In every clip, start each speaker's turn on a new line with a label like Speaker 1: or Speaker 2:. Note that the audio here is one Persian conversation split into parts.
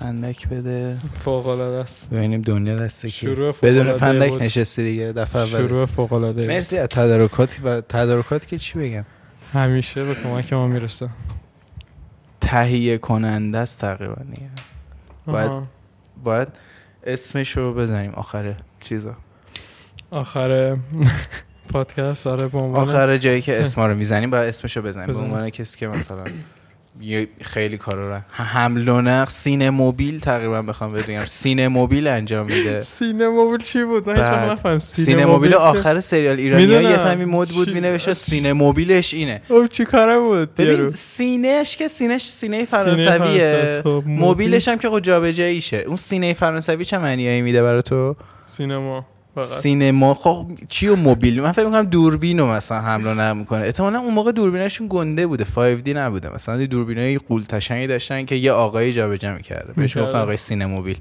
Speaker 1: فندک بده
Speaker 2: فوق العاده است
Speaker 1: ببینیم دنیا دسته کی
Speaker 2: شروع فوق‌العاده
Speaker 1: بدون فندک
Speaker 2: بود.
Speaker 1: نشستی دیگه دفعه اول
Speaker 2: شروع فوق العاده
Speaker 1: مرسی از تدارکات و تدارکات که چی بگم
Speaker 2: همیشه به کمک ما میرسه
Speaker 1: تهیه کننده است تقریبا دیگه باید- باید اسمش رو بزنیم آخر چیزا
Speaker 2: آخر پادکست آره به عنوان
Speaker 1: آخر جایی که اسما رو میزنیم باید اسمش رو بزنیم به
Speaker 2: بزنیم.
Speaker 1: عنوان کسی که مثلا یه خیلی کارا رو حمل و نقل سینه موبیل تقریبا بخوام بگم سینه موبیل انجام میده
Speaker 2: سینه موبیل چی بود من
Speaker 1: بعد.
Speaker 2: هیچ نفهم
Speaker 1: سینه موبیل آخر سریال ایرانی
Speaker 2: میدونم.
Speaker 1: یه تایمی مد بود
Speaker 2: چی-
Speaker 1: مینوشه سینه موبیلش اینه
Speaker 2: او چی کاره بود
Speaker 1: ببین
Speaker 2: یارو؟
Speaker 1: سینهش که سینهش سینه
Speaker 2: فرانسویه.
Speaker 1: فرانسویه
Speaker 2: خب، موبیل.
Speaker 1: موبیلش هم که خود جابجاییشه اون سینه فرانسوی چه معنیایی میده برای تو
Speaker 2: سینما فقط
Speaker 1: سینما خب چی و موبیل من فکر میکنم دوربین رو مثلا حمله نمیکنه احتمالاً اون موقع دوربینشون گنده بوده 5D نبوده مثلا یه دوربینای قول تشنگی داشتن که یه آقایی جابجا میکرده بهش
Speaker 2: می‌کرده.
Speaker 1: گفتن آقای سینه موبیل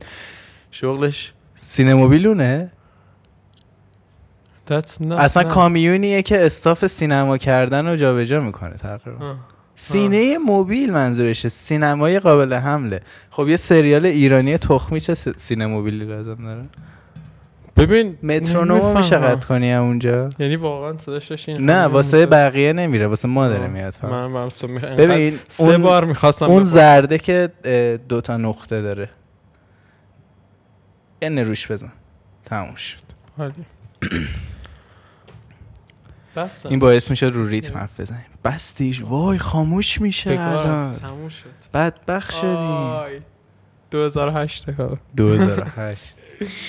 Speaker 1: شغلش سینه موبیلونه
Speaker 2: That's not-
Speaker 1: اصلا
Speaker 2: نه.
Speaker 1: کامیونیه که استاف سینما کردن رو جابجا میکنه تقریبا
Speaker 2: آه.
Speaker 1: سینه موبیل منظورشه سینمای قابل حمله خب یه سریال ایرانی تخمی چه س- سینه موبیلی لازم داره
Speaker 2: ببین
Speaker 1: مترونوم میشه
Speaker 2: نمی‌فهمم.
Speaker 1: قطع کنی هم اونجا
Speaker 2: یعنی واقعا صداش داشت این
Speaker 1: نه
Speaker 2: همین
Speaker 1: واسه
Speaker 2: می‌شد.
Speaker 1: بقیه نمیره واسه ما داره
Speaker 2: آه.
Speaker 1: میاد فقط
Speaker 2: من من اصلا می- انقدر-
Speaker 1: ببین
Speaker 2: سه
Speaker 1: اون,
Speaker 2: بار میخواستم
Speaker 1: اون زرده که اه، دوتا نقطه داره ان روش بزن تموم شد
Speaker 2: بس
Speaker 1: این باعث میشه رو ریتم حرف بزنیم بستیش وای خاموش میشه الان
Speaker 2: تموم شد
Speaker 1: بدبخ شدیم
Speaker 2: آی. 2008 کار
Speaker 1: 2008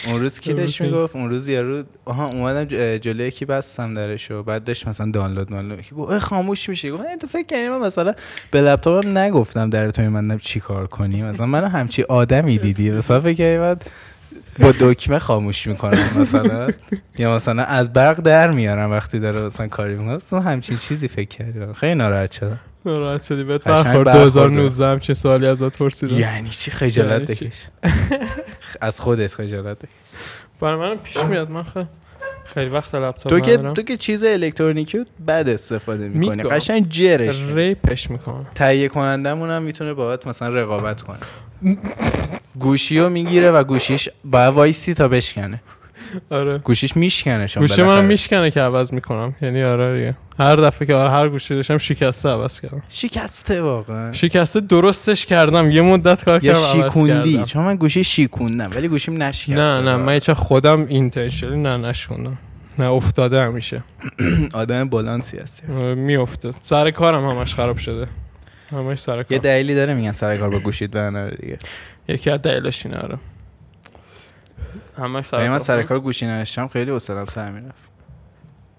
Speaker 1: اون روز کی
Speaker 2: اون روز
Speaker 1: داشت
Speaker 2: نیست.
Speaker 1: میگفت اون روز یارو آها اومدم ج- جلوی کی بستم درشو بعد داشت مثلا دانلود مال کی گفت اه، خاموش میشه گفت اه، تو فکر کردی من مثلا به لپتاپم نگفتم در تو میمندم چی کار کنی مثلا منو همچی آدمی دیدی مثلا فکر کردی من با دکمه خاموش میکنم مثلا یا مثلا از برق در میارم وقتی داره مثلا کاری میکنه مثلا همچین چیزی فکر کردم خیلی ناراحت شدم
Speaker 2: ناراحت شدی بهت
Speaker 1: قشنگ
Speaker 2: برخورد
Speaker 1: برخورد.
Speaker 2: 2019 هم چه سوالی ازت پرسیدم
Speaker 1: یعنی چی خجالت
Speaker 2: یعنی چی؟
Speaker 1: بکش از خودت خجالت بکش
Speaker 2: برای منم پیش میاد من خ- خیلی وقت لپتاپ
Speaker 1: تو که
Speaker 2: ندارم.
Speaker 1: تو که چیز الکترونیکی رو بد استفاده میکنی
Speaker 2: می‌کنم.
Speaker 1: قشنگ جرش می‌کنی.
Speaker 2: ریپش میکنم
Speaker 1: تهیه کنندمون هم میتونه باهات مثلا رقابت کنه گوشی رو میگیره و گوشیش باید وایسی تا بشکنه
Speaker 2: آره
Speaker 1: گوشیش میشکنه شما
Speaker 2: گوشه منم میشکنه که عوض میکنم یعنی آره دیگه هر دفعه که آره هر گوشی داشتم شکسته عوض کردم
Speaker 1: آره. شکسته واقعا
Speaker 2: شکسته درستش کردم یه مدت کار
Speaker 1: یا
Speaker 2: کردم عوض
Speaker 1: شیکوندی
Speaker 2: کردم.
Speaker 1: چون من گوشی شیکوندم ولی گوشیم نشکسته
Speaker 2: نه نه من چه خودم اینتنشنالی نه نشوندم نه افتاده همیشه
Speaker 1: آدم بلانسی هستی
Speaker 2: آره، میفته سر کارم همش خراب شده همش سر
Speaker 1: یه
Speaker 2: کار
Speaker 1: دلیلی داره میگن سر کار با گوشیت برنره دیگه
Speaker 2: یکی از دلیلش اینه آره همش سر
Speaker 1: ولی یعنی من
Speaker 2: کار
Speaker 1: سر
Speaker 2: سر,
Speaker 1: کار گوشی نداشتم خیلی حوصله‌ام سر میرفت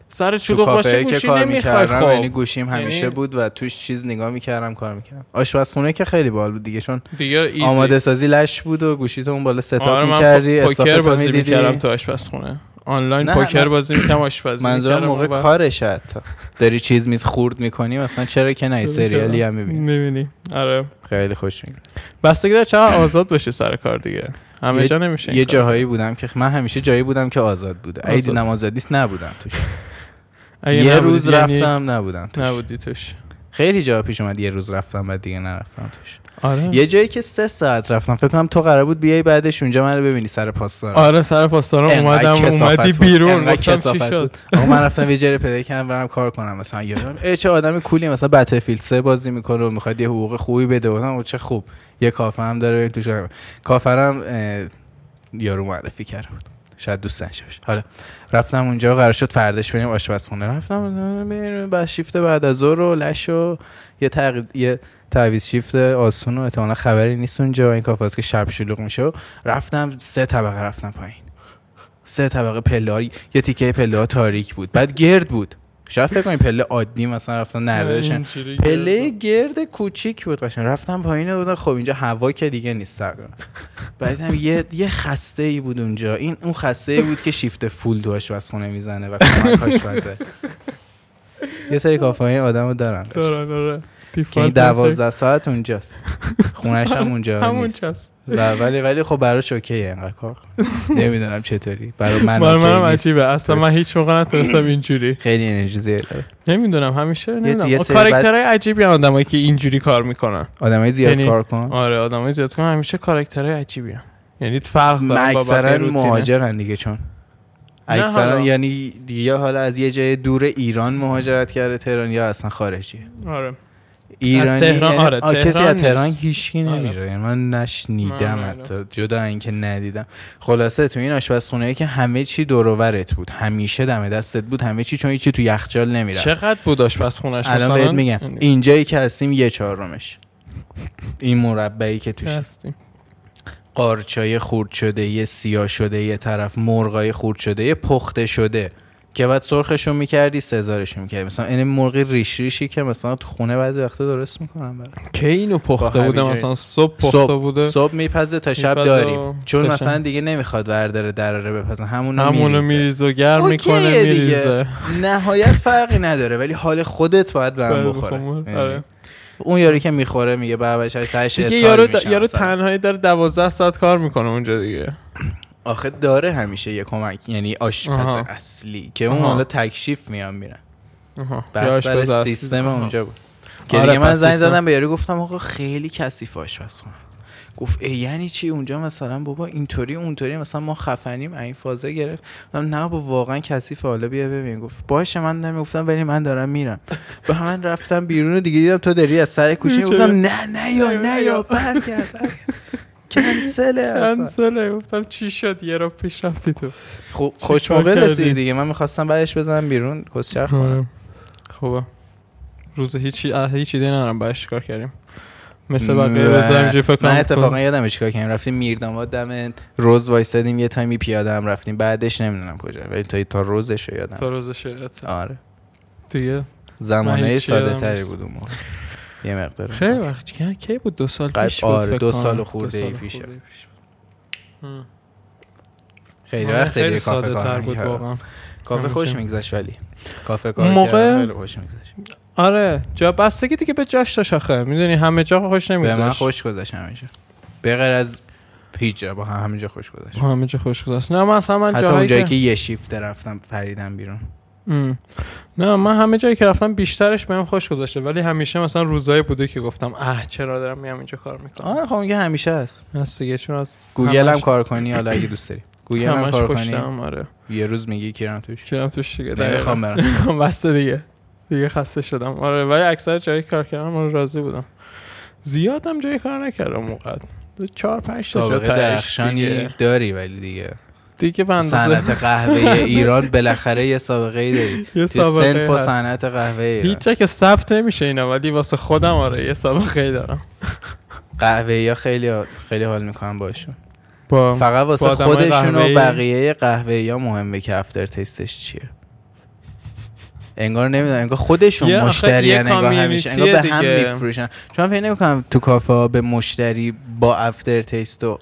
Speaker 2: سر
Speaker 1: تو
Speaker 2: چلوغ باشه
Speaker 1: کافه
Speaker 2: گوشی
Speaker 1: که کار
Speaker 2: نمیخوای
Speaker 1: میکردم یعنی
Speaker 2: خب
Speaker 1: گوشیم همیشه
Speaker 2: یعنی-
Speaker 1: بود و توش چیز نگاه میکردم کار میکردم آشپزخونه که خیلی باحال بود دیگه چون
Speaker 2: دیگه ایزی
Speaker 1: آماده سازی لش بود و گوشی تو اون بالا ستاپ
Speaker 2: آره، من
Speaker 1: میکردی
Speaker 2: پو- پوکر
Speaker 1: استافتو
Speaker 2: بازی
Speaker 1: میدیدی
Speaker 2: میکردم تو آشپزخونه آنلاین
Speaker 1: نه،
Speaker 2: پوکر
Speaker 1: نه.
Speaker 2: بازی میکردم آشپزی
Speaker 1: منظورم
Speaker 2: می‌کردم
Speaker 1: موقع
Speaker 2: و-
Speaker 1: کارش حتی داری چیز میز خورد میکنی مثلا چرا که نه یه سریالی هم میبینی
Speaker 2: می‌بینی. آره
Speaker 1: خیلی خوش میگذره
Speaker 2: بستگی داره چقدر آزاد بشه سر کار دیگه همه
Speaker 1: یه-
Speaker 2: جا نمیشه این
Speaker 1: یه
Speaker 2: کار.
Speaker 1: جاهایی بودم که من همیشه جایی بودم که آزاد بوده اگه
Speaker 2: آزاد.
Speaker 1: دیدم آزاد نیست نبودم توش
Speaker 2: اگه
Speaker 1: یه
Speaker 2: نبودی
Speaker 1: روز
Speaker 2: یعنی
Speaker 1: رفتم نبودم توش
Speaker 2: نبودی توش
Speaker 1: خیلی جا پیش اومد یه روز رفتم بعد دیگه نرفتم توش
Speaker 2: آره
Speaker 1: یه جایی که سه ساعت رفتم فکر کنم تو قرار بود بیای بعدش اونجا منو ببینی سر پاسدارم
Speaker 2: آره سر پاسداران
Speaker 1: انقدر
Speaker 2: اومدم
Speaker 1: کثافت
Speaker 2: اومدی
Speaker 1: بود.
Speaker 2: بیرون
Speaker 1: انقدر
Speaker 2: گفتم چی
Speaker 1: کثافت
Speaker 2: شد
Speaker 1: بود. آقا من رفتم یه جایی پیدا کردم برم کار کنم مثلا یادم ای چه آدم کولی مثلا بتلفیلد 3 بازی میکنه و میخواد یه حقوق خوبی بده گفتم او چه خوب یه کافه هم داره بریم توش هم. کافه رو هم اه، یارو معرفی کرده بود شاید دوست نشه باشه. حالا رفتم اونجا و قرار شد فرداش بریم آشپزخونه رفتم بریم بعد شیفت بعد از ظهر و لش و یه تق... یه تعویض شیفت آسون و احتمالاً خبری نیست اونجا و این کافه است که شب شلوغ میشه و رفتم سه طبقه رفتم پایین سه طبقه پله ها- یه تیکه پله ها تاریک بود بعد گرد بود شاید فکر کنیم پله عادی مثلا رفتن نرداشتن
Speaker 2: اینجوری
Speaker 1: پله
Speaker 2: گرفت.
Speaker 1: گرد کوچیک بود قشنگ رفتم پایین و بودن خب اینجا هوا که دیگه نیست تقریبا بعدم یه یه خسته ای بود اونجا این اون خسته ای بود که شیفت فول تو آشپزخونه میزنه و کمک آشپزه یه سری کافه های آدمو دارن
Speaker 2: دارن آره
Speaker 1: که این دوازده ساعت اونجاست خونش هم اونجا
Speaker 2: همون
Speaker 1: نیست
Speaker 2: چاست
Speaker 1: و ولی ولی خب براش اوکیه انقدر کار نمیدونم چطوری برای من
Speaker 2: برای منم
Speaker 1: اوکی نیست.
Speaker 2: عجیبه اصلا من هیچ موقع نتونستم اینجوری
Speaker 1: خیلی انرژی زیاد داره
Speaker 2: نمیدونم همیشه
Speaker 1: یه
Speaker 2: نمیدونم
Speaker 1: سری
Speaker 2: کاراکترهای عجیبی هم آدمایی که اینجوری کار میکنن
Speaker 1: آدمای زیاد
Speaker 2: یعنی-
Speaker 1: کار کن
Speaker 2: آره آدمای زیاد کار همیشه کاراکترهای عجیبی هم. یعنی فرق دارن با بقیه
Speaker 1: اکثرا
Speaker 2: روتینه.
Speaker 1: مهاجرن دیگه چون
Speaker 2: نه
Speaker 1: اکثرا
Speaker 2: حالا.
Speaker 1: یعنی دیگه حالا از یه جای دور ایران مهاجرت کرده تهران یا اصلا خارجیه
Speaker 2: آره
Speaker 1: ایرانی
Speaker 2: تهران،
Speaker 1: یعنی-
Speaker 2: آره،
Speaker 1: آه، کسی
Speaker 2: تهران
Speaker 1: از تهران
Speaker 2: نیست.
Speaker 1: هیچکی
Speaker 2: آره.
Speaker 1: نمیره یعنی من
Speaker 2: نه،
Speaker 1: نشنیدم
Speaker 2: نه،
Speaker 1: حتی جدا اینکه ندیدم خلاصه تو این آشپزخونه که همه چی دور و برت بود همیشه دم دستت بود همه چی چون هیچی تو یخچال نمیره
Speaker 2: چقدر بود آشپزخونش
Speaker 1: الان
Speaker 2: مثلا؟
Speaker 1: بهت میگم
Speaker 2: یعنی
Speaker 1: اینجایی که هستیم یه چهارمش این مربعی که توش
Speaker 2: هستیم.
Speaker 1: قارچای خورد شده یه سیاه شده یه طرف مرغای خورد شده یه پخته شده که بعد سرخشون میکردی سزارشون میکردی مثلا این مرغ ریش ریشی که مثلا تو خونه بعضی وقتا درست میکنم برای
Speaker 2: کی اینو
Speaker 1: با
Speaker 2: پخته
Speaker 1: همین
Speaker 2: بوده
Speaker 1: جایی.
Speaker 2: مثلا صبح
Speaker 1: صبح.
Speaker 2: پخته بوده
Speaker 1: صبح میپزه تا شب
Speaker 2: می‌پزه و
Speaker 1: داریم چون
Speaker 2: تا شب.
Speaker 1: مثلا دیگه نمیخواد ورداره دراره بپزن همونو,
Speaker 2: همونو
Speaker 1: میریزه
Speaker 2: میریزه و گرم میکنه
Speaker 1: اوکیه دیگه.
Speaker 2: میریزه
Speaker 1: نهایت فرقی نداره ولی حال خودت باید به هم
Speaker 2: باید
Speaker 1: بخوره
Speaker 2: بخوره.
Speaker 1: یعنی
Speaker 2: آره.
Speaker 1: اون یاری که میخوره میگه بابا شاید تهش
Speaker 2: دیگه
Speaker 1: اسهال
Speaker 2: یارو,
Speaker 1: میشه
Speaker 2: یارو
Speaker 1: مثلا.
Speaker 2: تنهایی داره دوازده ساعت کار میکنه اونجا دیگه
Speaker 1: آخه داره همیشه یه کمک یعنی آشپز
Speaker 2: آها.
Speaker 1: اصلی که اون
Speaker 2: آها.
Speaker 1: حالا تکشیف میان میرن
Speaker 2: آها. یه
Speaker 1: بر
Speaker 2: آشپز
Speaker 1: سر
Speaker 2: اصلی.
Speaker 1: سیستم
Speaker 2: آها.
Speaker 1: اونجا بود که
Speaker 2: آره،
Speaker 1: دیگه من
Speaker 2: پس
Speaker 1: زنگ
Speaker 2: سیستم.
Speaker 1: زدم به یارو گفتم آقا خیلی کثیف آشپز کنه گفت ای یعنی چی اونجا مثلا بابا اینطوری اونطوری مثلا ما خفنیم این فازه گرفت گفتم نه با واقعا کثیف حالا بیا ببین گفت باشه من نمیگفتم ولی من دارم میرم به من رفتم بیرون و دیگه دیدم تو داری از سر کوچه
Speaker 2: می‌چرخی.
Speaker 1: گفتم نه نه یا نه یا برگرد برگرد. کنسله اصلا
Speaker 2: کنسله گفتم چی شد یه را پیش رفتی تو
Speaker 1: خب خوش
Speaker 2: کار
Speaker 1: موقع
Speaker 2: کردی؟
Speaker 1: رسیدی دیگه من میخواستم بعدش بزنم بیرون کسچرخ کنم
Speaker 2: آره. خب روز هیچی اه، هیچ ایده ندارم باید چیکار کردیم مثل
Speaker 1: و-
Speaker 2: بقیه روزا اینجوری فکر کنم خب.
Speaker 1: من اتفاقا یادم چیکار کردیم رفتیم میرداماد دم روز وایسادیم یه تایمی پیاده هم رفتیم بعدش نمیدونم کجا ولی تا تا روزش رو یادم
Speaker 2: تا روز شرکت
Speaker 1: آره
Speaker 2: دیگه من
Speaker 1: زمانه
Speaker 2: هیچی یادم
Speaker 1: ساده تری
Speaker 2: نیست.
Speaker 1: بود اون موقع یه مقدار
Speaker 2: خیلی وقت کی- کی بود دو سال
Speaker 1: قد-
Speaker 2: پیش بود
Speaker 1: آره،
Speaker 2: فکر
Speaker 1: دو
Speaker 2: کنم.
Speaker 1: سال خورده ای
Speaker 2: سال
Speaker 1: پیشه.
Speaker 2: خورده ای پیش بود. هم.
Speaker 1: خیلی
Speaker 2: آره،
Speaker 1: وقت دیگه کافه
Speaker 2: ساده تر
Speaker 1: کار
Speaker 2: بود
Speaker 1: بود
Speaker 2: واقعا
Speaker 1: کافه
Speaker 2: همین
Speaker 1: خوش
Speaker 2: چیز.
Speaker 1: میگذشت ولی کافه کار
Speaker 2: اون موقع-
Speaker 1: کردن خیلی خوش میگذشت
Speaker 2: آره جا بستگی دیگه به جاش داشت آخه میدونی همه جا خوش
Speaker 1: به
Speaker 2: نمیگذشت
Speaker 1: من خوش گذشت همیشه به غیر از پیجا با هم همینجا خوش گذشت
Speaker 2: همه جا خوش گذشت نه من اصلا من
Speaker 1: حتی
Speaker 2: جاهایی
Speaker 1: اونجایی
Speaker 2: که-
Speaker 1: که یه شیفت رفتم پریدم بیرون
Speaker 2: ام. نه من همه جایی که رفتم بیشترش بهم خوش گذاشته ولی همیشه مثلا روزایی بوده که گفتم اه چرا دارم میام اینجا کار میکنم
Speaker 1: آره خب میگه همیشه هست
Speaker 2: هست دیگه چون از
Speaker 1: گوگل هم
Speaker 2: همش-
Speaker 1: کار کنی حالا اگه دوست داری گوگل هم
Speaker 2: همش
Speaker 1: کار کنی
Speaker 2: پشتم آره
Speaker 1: یه روز میگی کیرم توش
Speaker 2: کلم توش دیگه
Speaker 1: نمیخوام
Speaker 2: دقیقاً.
Speaker 1: برم
Speaker 2: بسته دیگه دیگه خسته شدم آره ولی اکثر جایی که کار کردم آره راضی بودم زیادم جایی کار نکردم موقع چهار پنج تا جا
Speaker 1: سابقه
Speaker 2: تهش
Speaker 1: درخشانی
Speaker 2: دیگه,
Speaker 1: داری ولی دیگه
Speaker 2: دیگه به
Speaker 1: تو
Speaker 2: اندازه
Speaker 1: صنعت قهوه ایران بالاخره یه سابقه ای داری
Speaker 2: یه
Speaker 1: تو
Speaker 2: سابقه
Speaker 1: سنف و
Speaker 2: هست.
Speaker 1: صنعت قهوه ایران
Speaker 2: هیچ جا که ثبت نمیشه اینا ولی واسه خودم آره یه سابقه ای دارم
Speaker 1: قهوه یا خیلی خیلی حال میکنم باشون
Speaker 2: با
Speaker 1: فقط
Speaker 2: با
Speaker 1: واسه
Speaker 2: آدمای
Speaker 1: خودشون و
Speaker 2: قهوه‌ای-
Speaker 1: بقیه قهوه یا مهمه که افتر تستش چیه انگار نمیدونم انگار
Speaker 2: یه
Speaker 1: خودشون
Speaker 2: آخه یه
Speaker 1: مشتریان انگار همیشه
Speaker 2: کامیونیتیه
Speaker 1: انگار به هم
Speaker 2: دیگه.
Speaker 1: میفروشن چون فکر نمیکنم تو کافه ها به مشتری با افتر تست و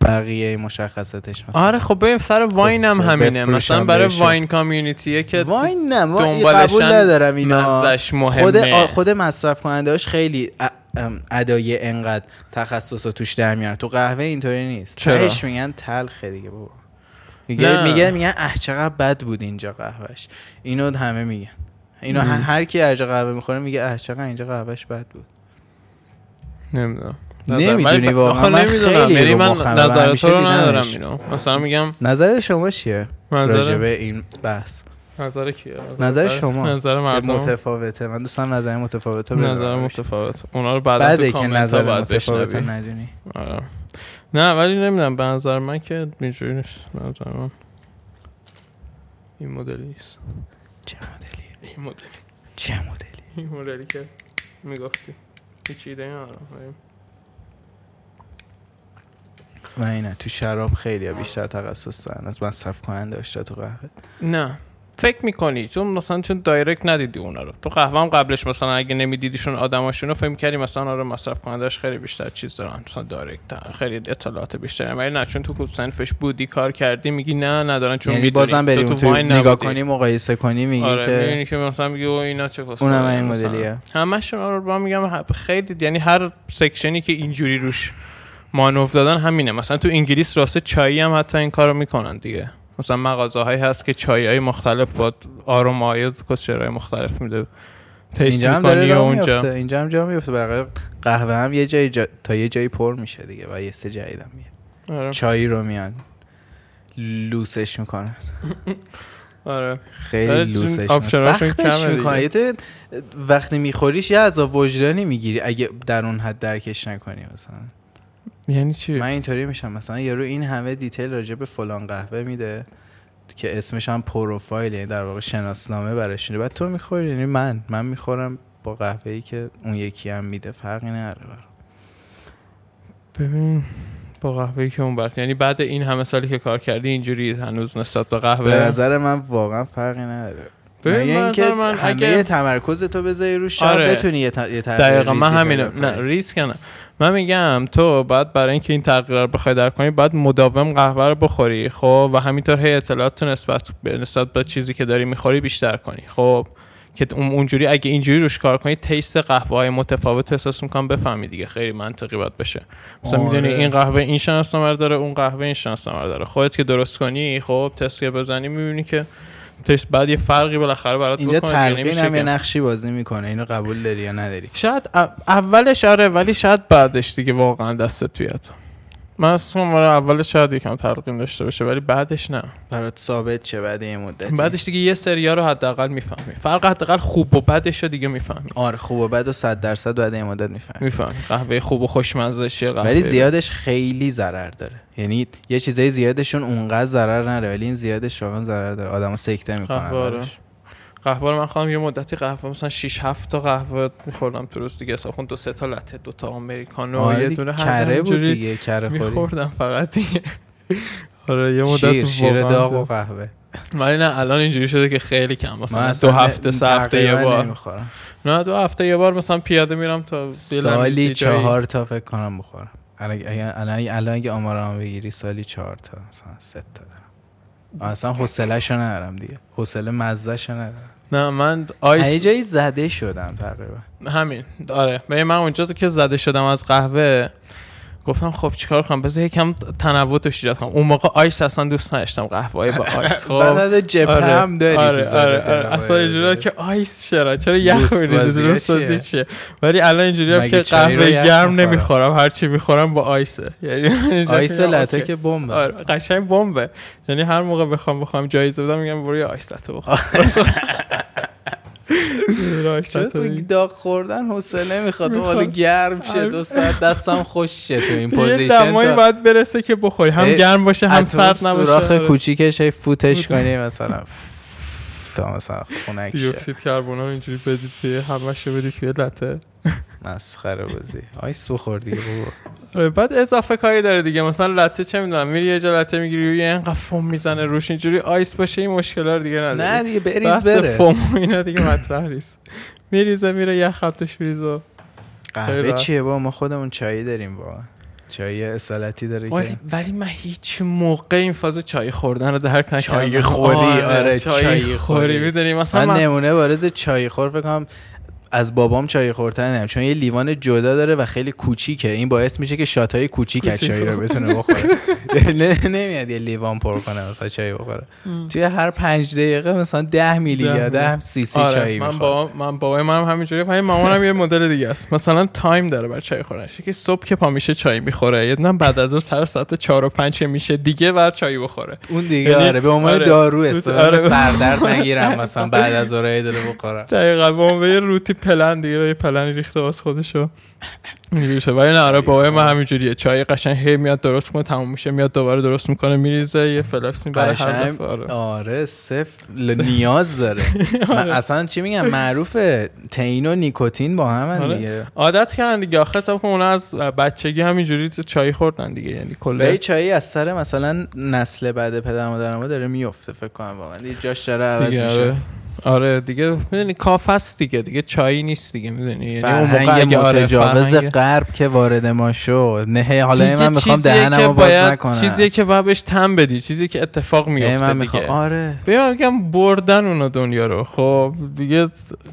Speaker 1: بقیه مشخصاتش مثلا
Speaker 2: آره خب ببین سر واین هم
Speaker 1: بفروشن
Speaker 2: همینه مثلا برای
Speaker 1: بهشون.
Speaker 2: واین کامیونیتیه که
Speaker 1: واین نه ما این
Speaker 2: خب، دنبالشن
Speaker 1: قبول ندارم اینا
Speaker 2: مزش مهمه
Speaker 1: خود آ- خب، خود مصرف کننده هاش خیلی ا- ام، ادای انقدر تخصص رو توش در میارن تو قهوه اینطوری نیست
Speaker 2: چرا؟
Speaker 1: تهش میگن تلخه دیگه بابا میگه
Speaker 2: نه.
Speaker 1: میگه میگن اه چقدر بد بود اینجا قهوهش اینو همه میگن اینو هر هر کی هر جا قهوه میخوره میگه اه چقدر اینجا قهوهش بد بود
Speaker 2: نمیدونم
Speaker 1: نمیدونی واقعا من خیلی
Speaker 2: یعنی
Speaker 1: رو
Speaker 2: من
Speaker 1: مخمه. من
Speaker 2: نظرات
Speaker 1: همیشه
Speaker 2: رو
Speaker 1: دیدمش.
Speaker 2: ندارم اینو مثلا میگم
Speaker 1: نظر شما چیه راجع
Speaker 2: منظر
Speaker 1: به این بحث
Speaker 2: نظر کیه
Speaker 1: نظر
Speaker 2: بر-
Speaker 1: شما.
Speaker 2: نظر
Speaker 1: که
Speaker 2: مردم
Speaker 1: متفاوته من دوستم نظر متفاوت رو بدونم.
Speaker 2: نظر متفاوت اونا رو بعد
Speaker 1: بده که نظر متفاوت رو ندونی
Speaker 2: آره. نه ولی نمیدونم به نظر من که اینجوری نیست به نظر من این مدلی نیست
Speaker 1: چه مدلی
Speaker 2: این مدلی
Speaker 1: چه مدلی
Speaker 2: این مدلی که میگفتی هیچ ایده ندارم ولی
Speaker 1: و اینه تو شراب خیلی بیشتر تخصص دارن از مصرف کننده داشته تو قهوه
Speaker 2: نه فکر میکنی چون مثلا چون دایرکت ندیدی اونا رو تو قهوه هم قبلش مثلا اگه نمیدیدیشون آدماشونو فکر کردی مثلا آره مصرف کنندش خیلی بیشتر چیز دارن مثلا دایرکت دارن. خیلی اطلاعات بیشتری ولی نه چون تو کوب سنفش بودی کار کردی میگی نه ندارن چون
Speaker 1: یعنی
Speaker 2: میدونی.
Speaker 1: بازم بریم تو
Speaker 2: واین
Speaker 1: نگاه
Speaker 2: نبودی.
Speaker 1: کنی مقایسه کنی میگی
Speaker 2: آره
Speaker 1: که
Speaker 2: می‌بینی که مثلا میگه او اینا چه کس
Speaker 1: اونم این مدلیه
Speaker 2: همشون رو با میگم ه- خیلی یعنی هر سکشنی که اینجوری روش مانور دادن همینه مثلا تو انگلیس راسته چایی هم حتی این کارو میکنن دیگه مثلا مغازه هایی هست که چای های مختلف با آروم های کسچرهای مختلف میده تیست
Speaker 1: اینجا هم داره
Speaker 2: میکنی
Speaker 1: راه
Speaker 2: اونجا
Speaker 1: میفته اینجا هم جا میفته برای قهوه هم یه جای جا- تا یه جایی پر میشه دیگه و یه سه جدیدم میاد
Speaker 2: آره.
Speaker 1: چایی رو میان لوسش میکنن
Speaker 2: آره. آره،
Speaker 1: خیلی
Speaker 2: چون
Speaker 1: لوسش می‌کنن.
Speaker 2: آپشناشون
Speaker 1: سختش
Speaker 2: کمه
Speaker 1: میکنه یه تو وقتی میخوریش یه عذاب وجدانی میگیری اگه در اون حد درکش نکنی مثلا
Speaker 2: یعنی چی
Speaker 1: من اینطوری میشم مثلا یارو این همه دیتیل راجع به فلان قهوه میده که اسمش هم پروفایل یعنی در واقع شناسنامه براشونه بعد تو میخوری یعنی من من میخورم با قهوه ای که اون یکی هم میده فرقی نداره برام.
Speaker 2: ببین با قهوه که اون برد یعنی بعد این همه سالی که کار کردی اینجوری هنوز نسبت به قهوه
Speaker 1: به نظر من واقعا فرقی نداره
Speaker 2: ببین،
Speaker 1: مگه
Speaker 2: به
Speaker 1: اینکه
Speaker 2: نظر من
Speaker 1: همه
Speaker 2: اگه-
Speaker 1: تمرکز تو بذاری رو شب
Speaker 2: آره.
Speaker 1: بتونی یه, ت... یه تغییر
Speaker 2: دقیقا من
Speaker 1: ریزی
Speaker 2: همینم
Speaker 1: پیدا
Speaker 2: نه
Speaker 1: کنی.
Speaker 2: ریسک نه من میگم تو باید برای اینکه این تغییر رو بخوای در کنی باید مداوم قهوه رو بخوری خب و همینطور هی اطلاعات تو نسبت به نسبت به چیزی که داری میخوری بیشتر کنی خب که اون- اونجوری اگه اینجوری روش کار کنی تیست قهوه های متفاوت رو احساس میکنم بفهمی دیگه خیلی منطقی باید بشه مثلا
Speaker 1: آره.
Speaker 2: میدونی این قهوه این شناسنامه داره اون قهوه این شناسنامه داره خودت که درست کنی خب تست که بزنی میبینی که تست بعد یه فرقی بالاخره برات
Speaker 1: اینجا
Speaker 2: بکنه دیگه.
Speaker 1: تلقین
Speaker 2: نمیشه
Speaker 1: هم
Speaker 2: یعنی که-
Speaker 1: یه نقشی بازی میکنه اینو قبول داری یا نداری
Speaker 2: شاید او- اولش آره ولی شاید بعدش دیگه واقعا دستت بیاد من از کنم آره اولش شاید یکم تلقیم داشته باشه ولی بعدش نه
Speaker 1: برات ثابت چه بعد یه مدت
Speaker 2: بعدش دیگه یه سریا رو حداقل میفهمی فرق حداقل خوب و بدش رو دیگه میفهمی
Speaker 1: آره خوب و بد و صد درصد بعد یه مدت میفهمی
Speaker 2: میفهمی قهوه خوب و خوشمزه چیه قهوه
Speaker 1: ولی زیادش خیلی ضرر داره یعنی یه چیزای زیادشون اونقدر ضرر نداره ولی این زیادش واقعا ضرر داره آدمو سکته میکنه
Speaker 2: قهوه آره. قهوه رو من خواهم یه مدتی قهوه مثلا 6 7 تا قهوه میخوردم تو روز دیگه حساب کن دو سه تا لته دو تا آمریکانو یه دونه هر
Speaker 1: آره، کره بود
Speaker 2: همینجوری
Speaker 1: دیگه کره خوری
Speaker 2: میخوردم فقط دیگه آره یه مدت
Speaker 1: شیر شیر
Speaker 2: واقعا
Speaker 1: داغ
Speaker 2: زیاد.
Speaker 1: و قهوه
Speaker 2: ولی نه الان اینجوری شده که خیلی کم
Speaker 1: من
Speaker 2: مثلا
Speaker 1: اصلا
Speaker 2: دو هفته سه هفته یه
Speaker 1: تقریبا
Speaker 2: بار
Speaker 1: نمیخورم.
Speaker 2: نه دو هفته یه بار مثلا پیاده میرم تا دلم
Speaker 1: سالی
Speaker 2: یه جایی-
Speaker 1: چهار تا فکر کنم بخورم الان اگه- الان الان اگه آمارم بگیری سالی چهار تا مثلا سه تا دارم اصلا حوصله‌شو ندارم دیگه حوصله مزه‌شو ندارم
Speaker 2: نه من
Speaker 1: یه
Speaker 2: آیس
Speaker 1: جایی زده شدم تقریبا
Speaker 2: همین آره ببین من اونجا که زده شدم از قهوه گفتم خب چیکار کنم بذار یکم تنوع توش ایجاد کنم اون موقع آیس اصلا دوست نداشتم قهوه با آیس خب
Speaker 1: بعد جبهه هم داری
Speaker 2: آره
Speaker 1: تو
Speaker 2: آره,
Speaker 1: ذره
Speaker 2: آره.
Speaker 1: دلم.
Speaker 2: اصلا اینجوری که آیس چرا چرا یخ
Speaker 1: لوس
Speaker 2: میریزی
Speaker 1: بازیه
Speaker 2: لوس بازی
Speaker 1: چیه؟
Speaker 2: چیه ولی الان اینجوری
Speaker 1: مگه
Speaker 2: که
Speaker 1: چای رو
Speaker 2: قهوه
Speaker 1: یخ
Speaker 2: گرم
Speaker 1: می‌خورم؟
Speaker 2: نمیخورم هر چی میخورم با آیسه یعنی اینجوری
Speaker 1: آیس
Speaker 2: میگم
Speaker 1: لته
Speaker 2: اوکی.
Speaker 1: که بمب
Speaker 2: آره
Speaker 1: است.
Speaker 2: قشنگ بمبه یعنی هر موقع بخوام بخوام جایزه بدم میگم برو یه آیس لاتو بخور برو آیس
Speaker 1: چرا
Speaker 2: لاتو
Speaker 1: تو
Speaker 2: بگیر.
Speaker 1: داغ خوردن حوصله میخواد
Speaker 2: می‌خواد.
Speaker 1: حالا گرم شه
Speaker 2: آره.
Speaker 1: دو ساعت دستم خوش شه تو این
Speaker 2: یه
Speaker 1: پوزیشن
Speaker 2: دمایی
Speaker 1: تا
Speaker 2: باید برسه که بخوری هم
Speaker 1: اه،
Speaker 2: گرم باشه هم
Speaker 1: اتم
Speaker 2: سرد نباشه
Speaker 1: سوراخ
Speaker 2: آره.
Speaker 1: کوچیکش هی فوتش کنی مثلا تا مثلا خونک شه.
Speaker 2: دیوکسید کربن ها اینجوری بدید توی همش رو بدید توی لته
Speaker 1: مسخره بازی آیس بخور دیگه بابا
Speaker 2: آره بعد اضافه کاری داره دیگه مثلا لته چه میدونم میری یه جا لته میگیری یه انقدر فوم میزنه روش اینجوری آیس باشه این مشکلا رو دیگه نداری
Speaker 1: نه دیگه بریز
Speaker 2: آره. بحث
Speaker 1: بره
Speaker 2: فوم و اینا دیگه مطرح نیست میریزه میره یه خطش میریزه خیلی
Speaker 1: قهوه
Speaker 2: راحت.
Speaker 1: چیه با ما خودمون چایی داریم با چای اصالتی داره
Speaker 2: ولی
Speaker 1: که
Speaker 2: ولی من هیچ موقع این فاز چای خوردن رو درک نکردم
Speaker 1: چای خوری، آره،
Speaker 2: چای,
Speaker 1: چای
Speaker 2: خوری,
Speaker 1: خوری.
Speaker 2: میدونی مثلا
Speaker 1: من
Speaker 2: من
Speaker 1: نمونه بارز چای خور فکر کنم از بابام چای خورتنم چون یه لیوان جدا داره و خیلی کوچیکه این باعث میشه که شاتای کوچیک از
Speaker 2: کوچیک
Speaker 1: چای رو
Speaker 2: بخوره.
Speaker 1: بتونه بخوره نه نمیاد یه لیوان پر کنه مثلا چای بخوره توی هر پنج دقیقه مثلا ده میلی
Speaker 2: ده
Speaker 1: یا
Speaker 2: میلی.
Speaker 1: ده سی سی
Speaker 2: آره
Speaker 1: چای
Speaker 2: من
Speaker 1: میخوره
Speaker 2: با من بابای منم همینجوری ولی مامانم یه مدل دیگه است مثلا تایم داره بر چای خوردنش که صبح که پا میشه چای میخوره یه دونه بعد از اون سر ساعت 4 و 5 میشه دیگه بعد چای بخوره
Speaker 1: اون دیگه
Speaker 2: یعنی-
Speaker 1: آره به عنوان
Speaker 2: آره.
Speaker 1: دارو استفاده
Speaker 2: آره.
Speaker 1: سردرد نگیرم مثلا بعد از اورای داره بخورم
Speaker 2: دقیقا به عنوان یه روتی پلن دیگه یه پلن ریخته واس خودشو اینجوری شد ولی نه آره بابای من همینجوریه چای قشنگ هی میاد درست کنه تموم میشه میاد دوباره درست میکنه میریزه یه فلاکس میبره هر
Speaker 1: قشنگ
Speaker 2: دفعه آره
Speaker 1: آره صفر ل- نیاز داره من اصلا چی میگم معروفه تئین و نیکوتین با هم
Speaker 2: آره.
Speaker 1: دیگه
Speaker 2: عادت کردن دیگه آخه حساب کن اونا از بچگی همینجوری چای خوردن دیگه یعنی
Speaker 1: و
Speaker 2: کلا
Speaker 1: یه چایی از سر مثلا نسل بعد پدر مادر ما داره میفته فکر کنم واقعا یه جاش داره عوض
Speaker 2: دیگه آره.
Speaker 1: میشه
Speaker 2: آره دیگه میدونی کاف هست دیگه دیگه چای نیست دیگه میدونی یعنی اون موقع
Speaker 1: فرهنگ
Speaker 2: اگه آره،
Speaker 1: متجاوز
Speaker 2: فرهنگ-
Speaker 1: غرب که وارد ما شد نه حالا
Speaker 2: دیگه
Speaker 1: من میخوام
Speaker 2: چیزیه
Speaker 1: دهنمو
Speaker 2: که
Speaker 1: باز
Speaker 2: باید-
Speaker 1: نکنم
Speaker 2: چیزیه که باید بهش تم بدی چیزی که اتفاق
Speaker 1: هی
Speaker 2: میفته
Speaker 1: من
Speaker 2: دیگه
Speaker 1: میخوام آره
Speaker 2: بیا بگم بردن اونا دنیا رو خب دیگه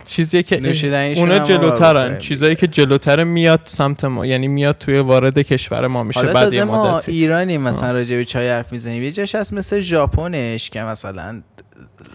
Speaker 2: چیزی که
Speaker 1: نوشیدنیشون
Speaker 2: اونا
Speaker 1: هم آره. معروفه
Speaker 2: جلوترن
Speaker 1: دیگه.
Speaker 2: چیزایی که جلوتره میاد سمت ما یعنی میاد توی وارد کشور ما میشه
Speaker 1: حالا
Speaker 2: بعد
Speaker 1: تازه
Speaker 2: یه
Speaker 1: ما
Speaker 2: مدتی
Speaker 1: ایرانی مثلا راجع به چای حرف میزنیم یه جاش هست مثل ژاپنش که مثلا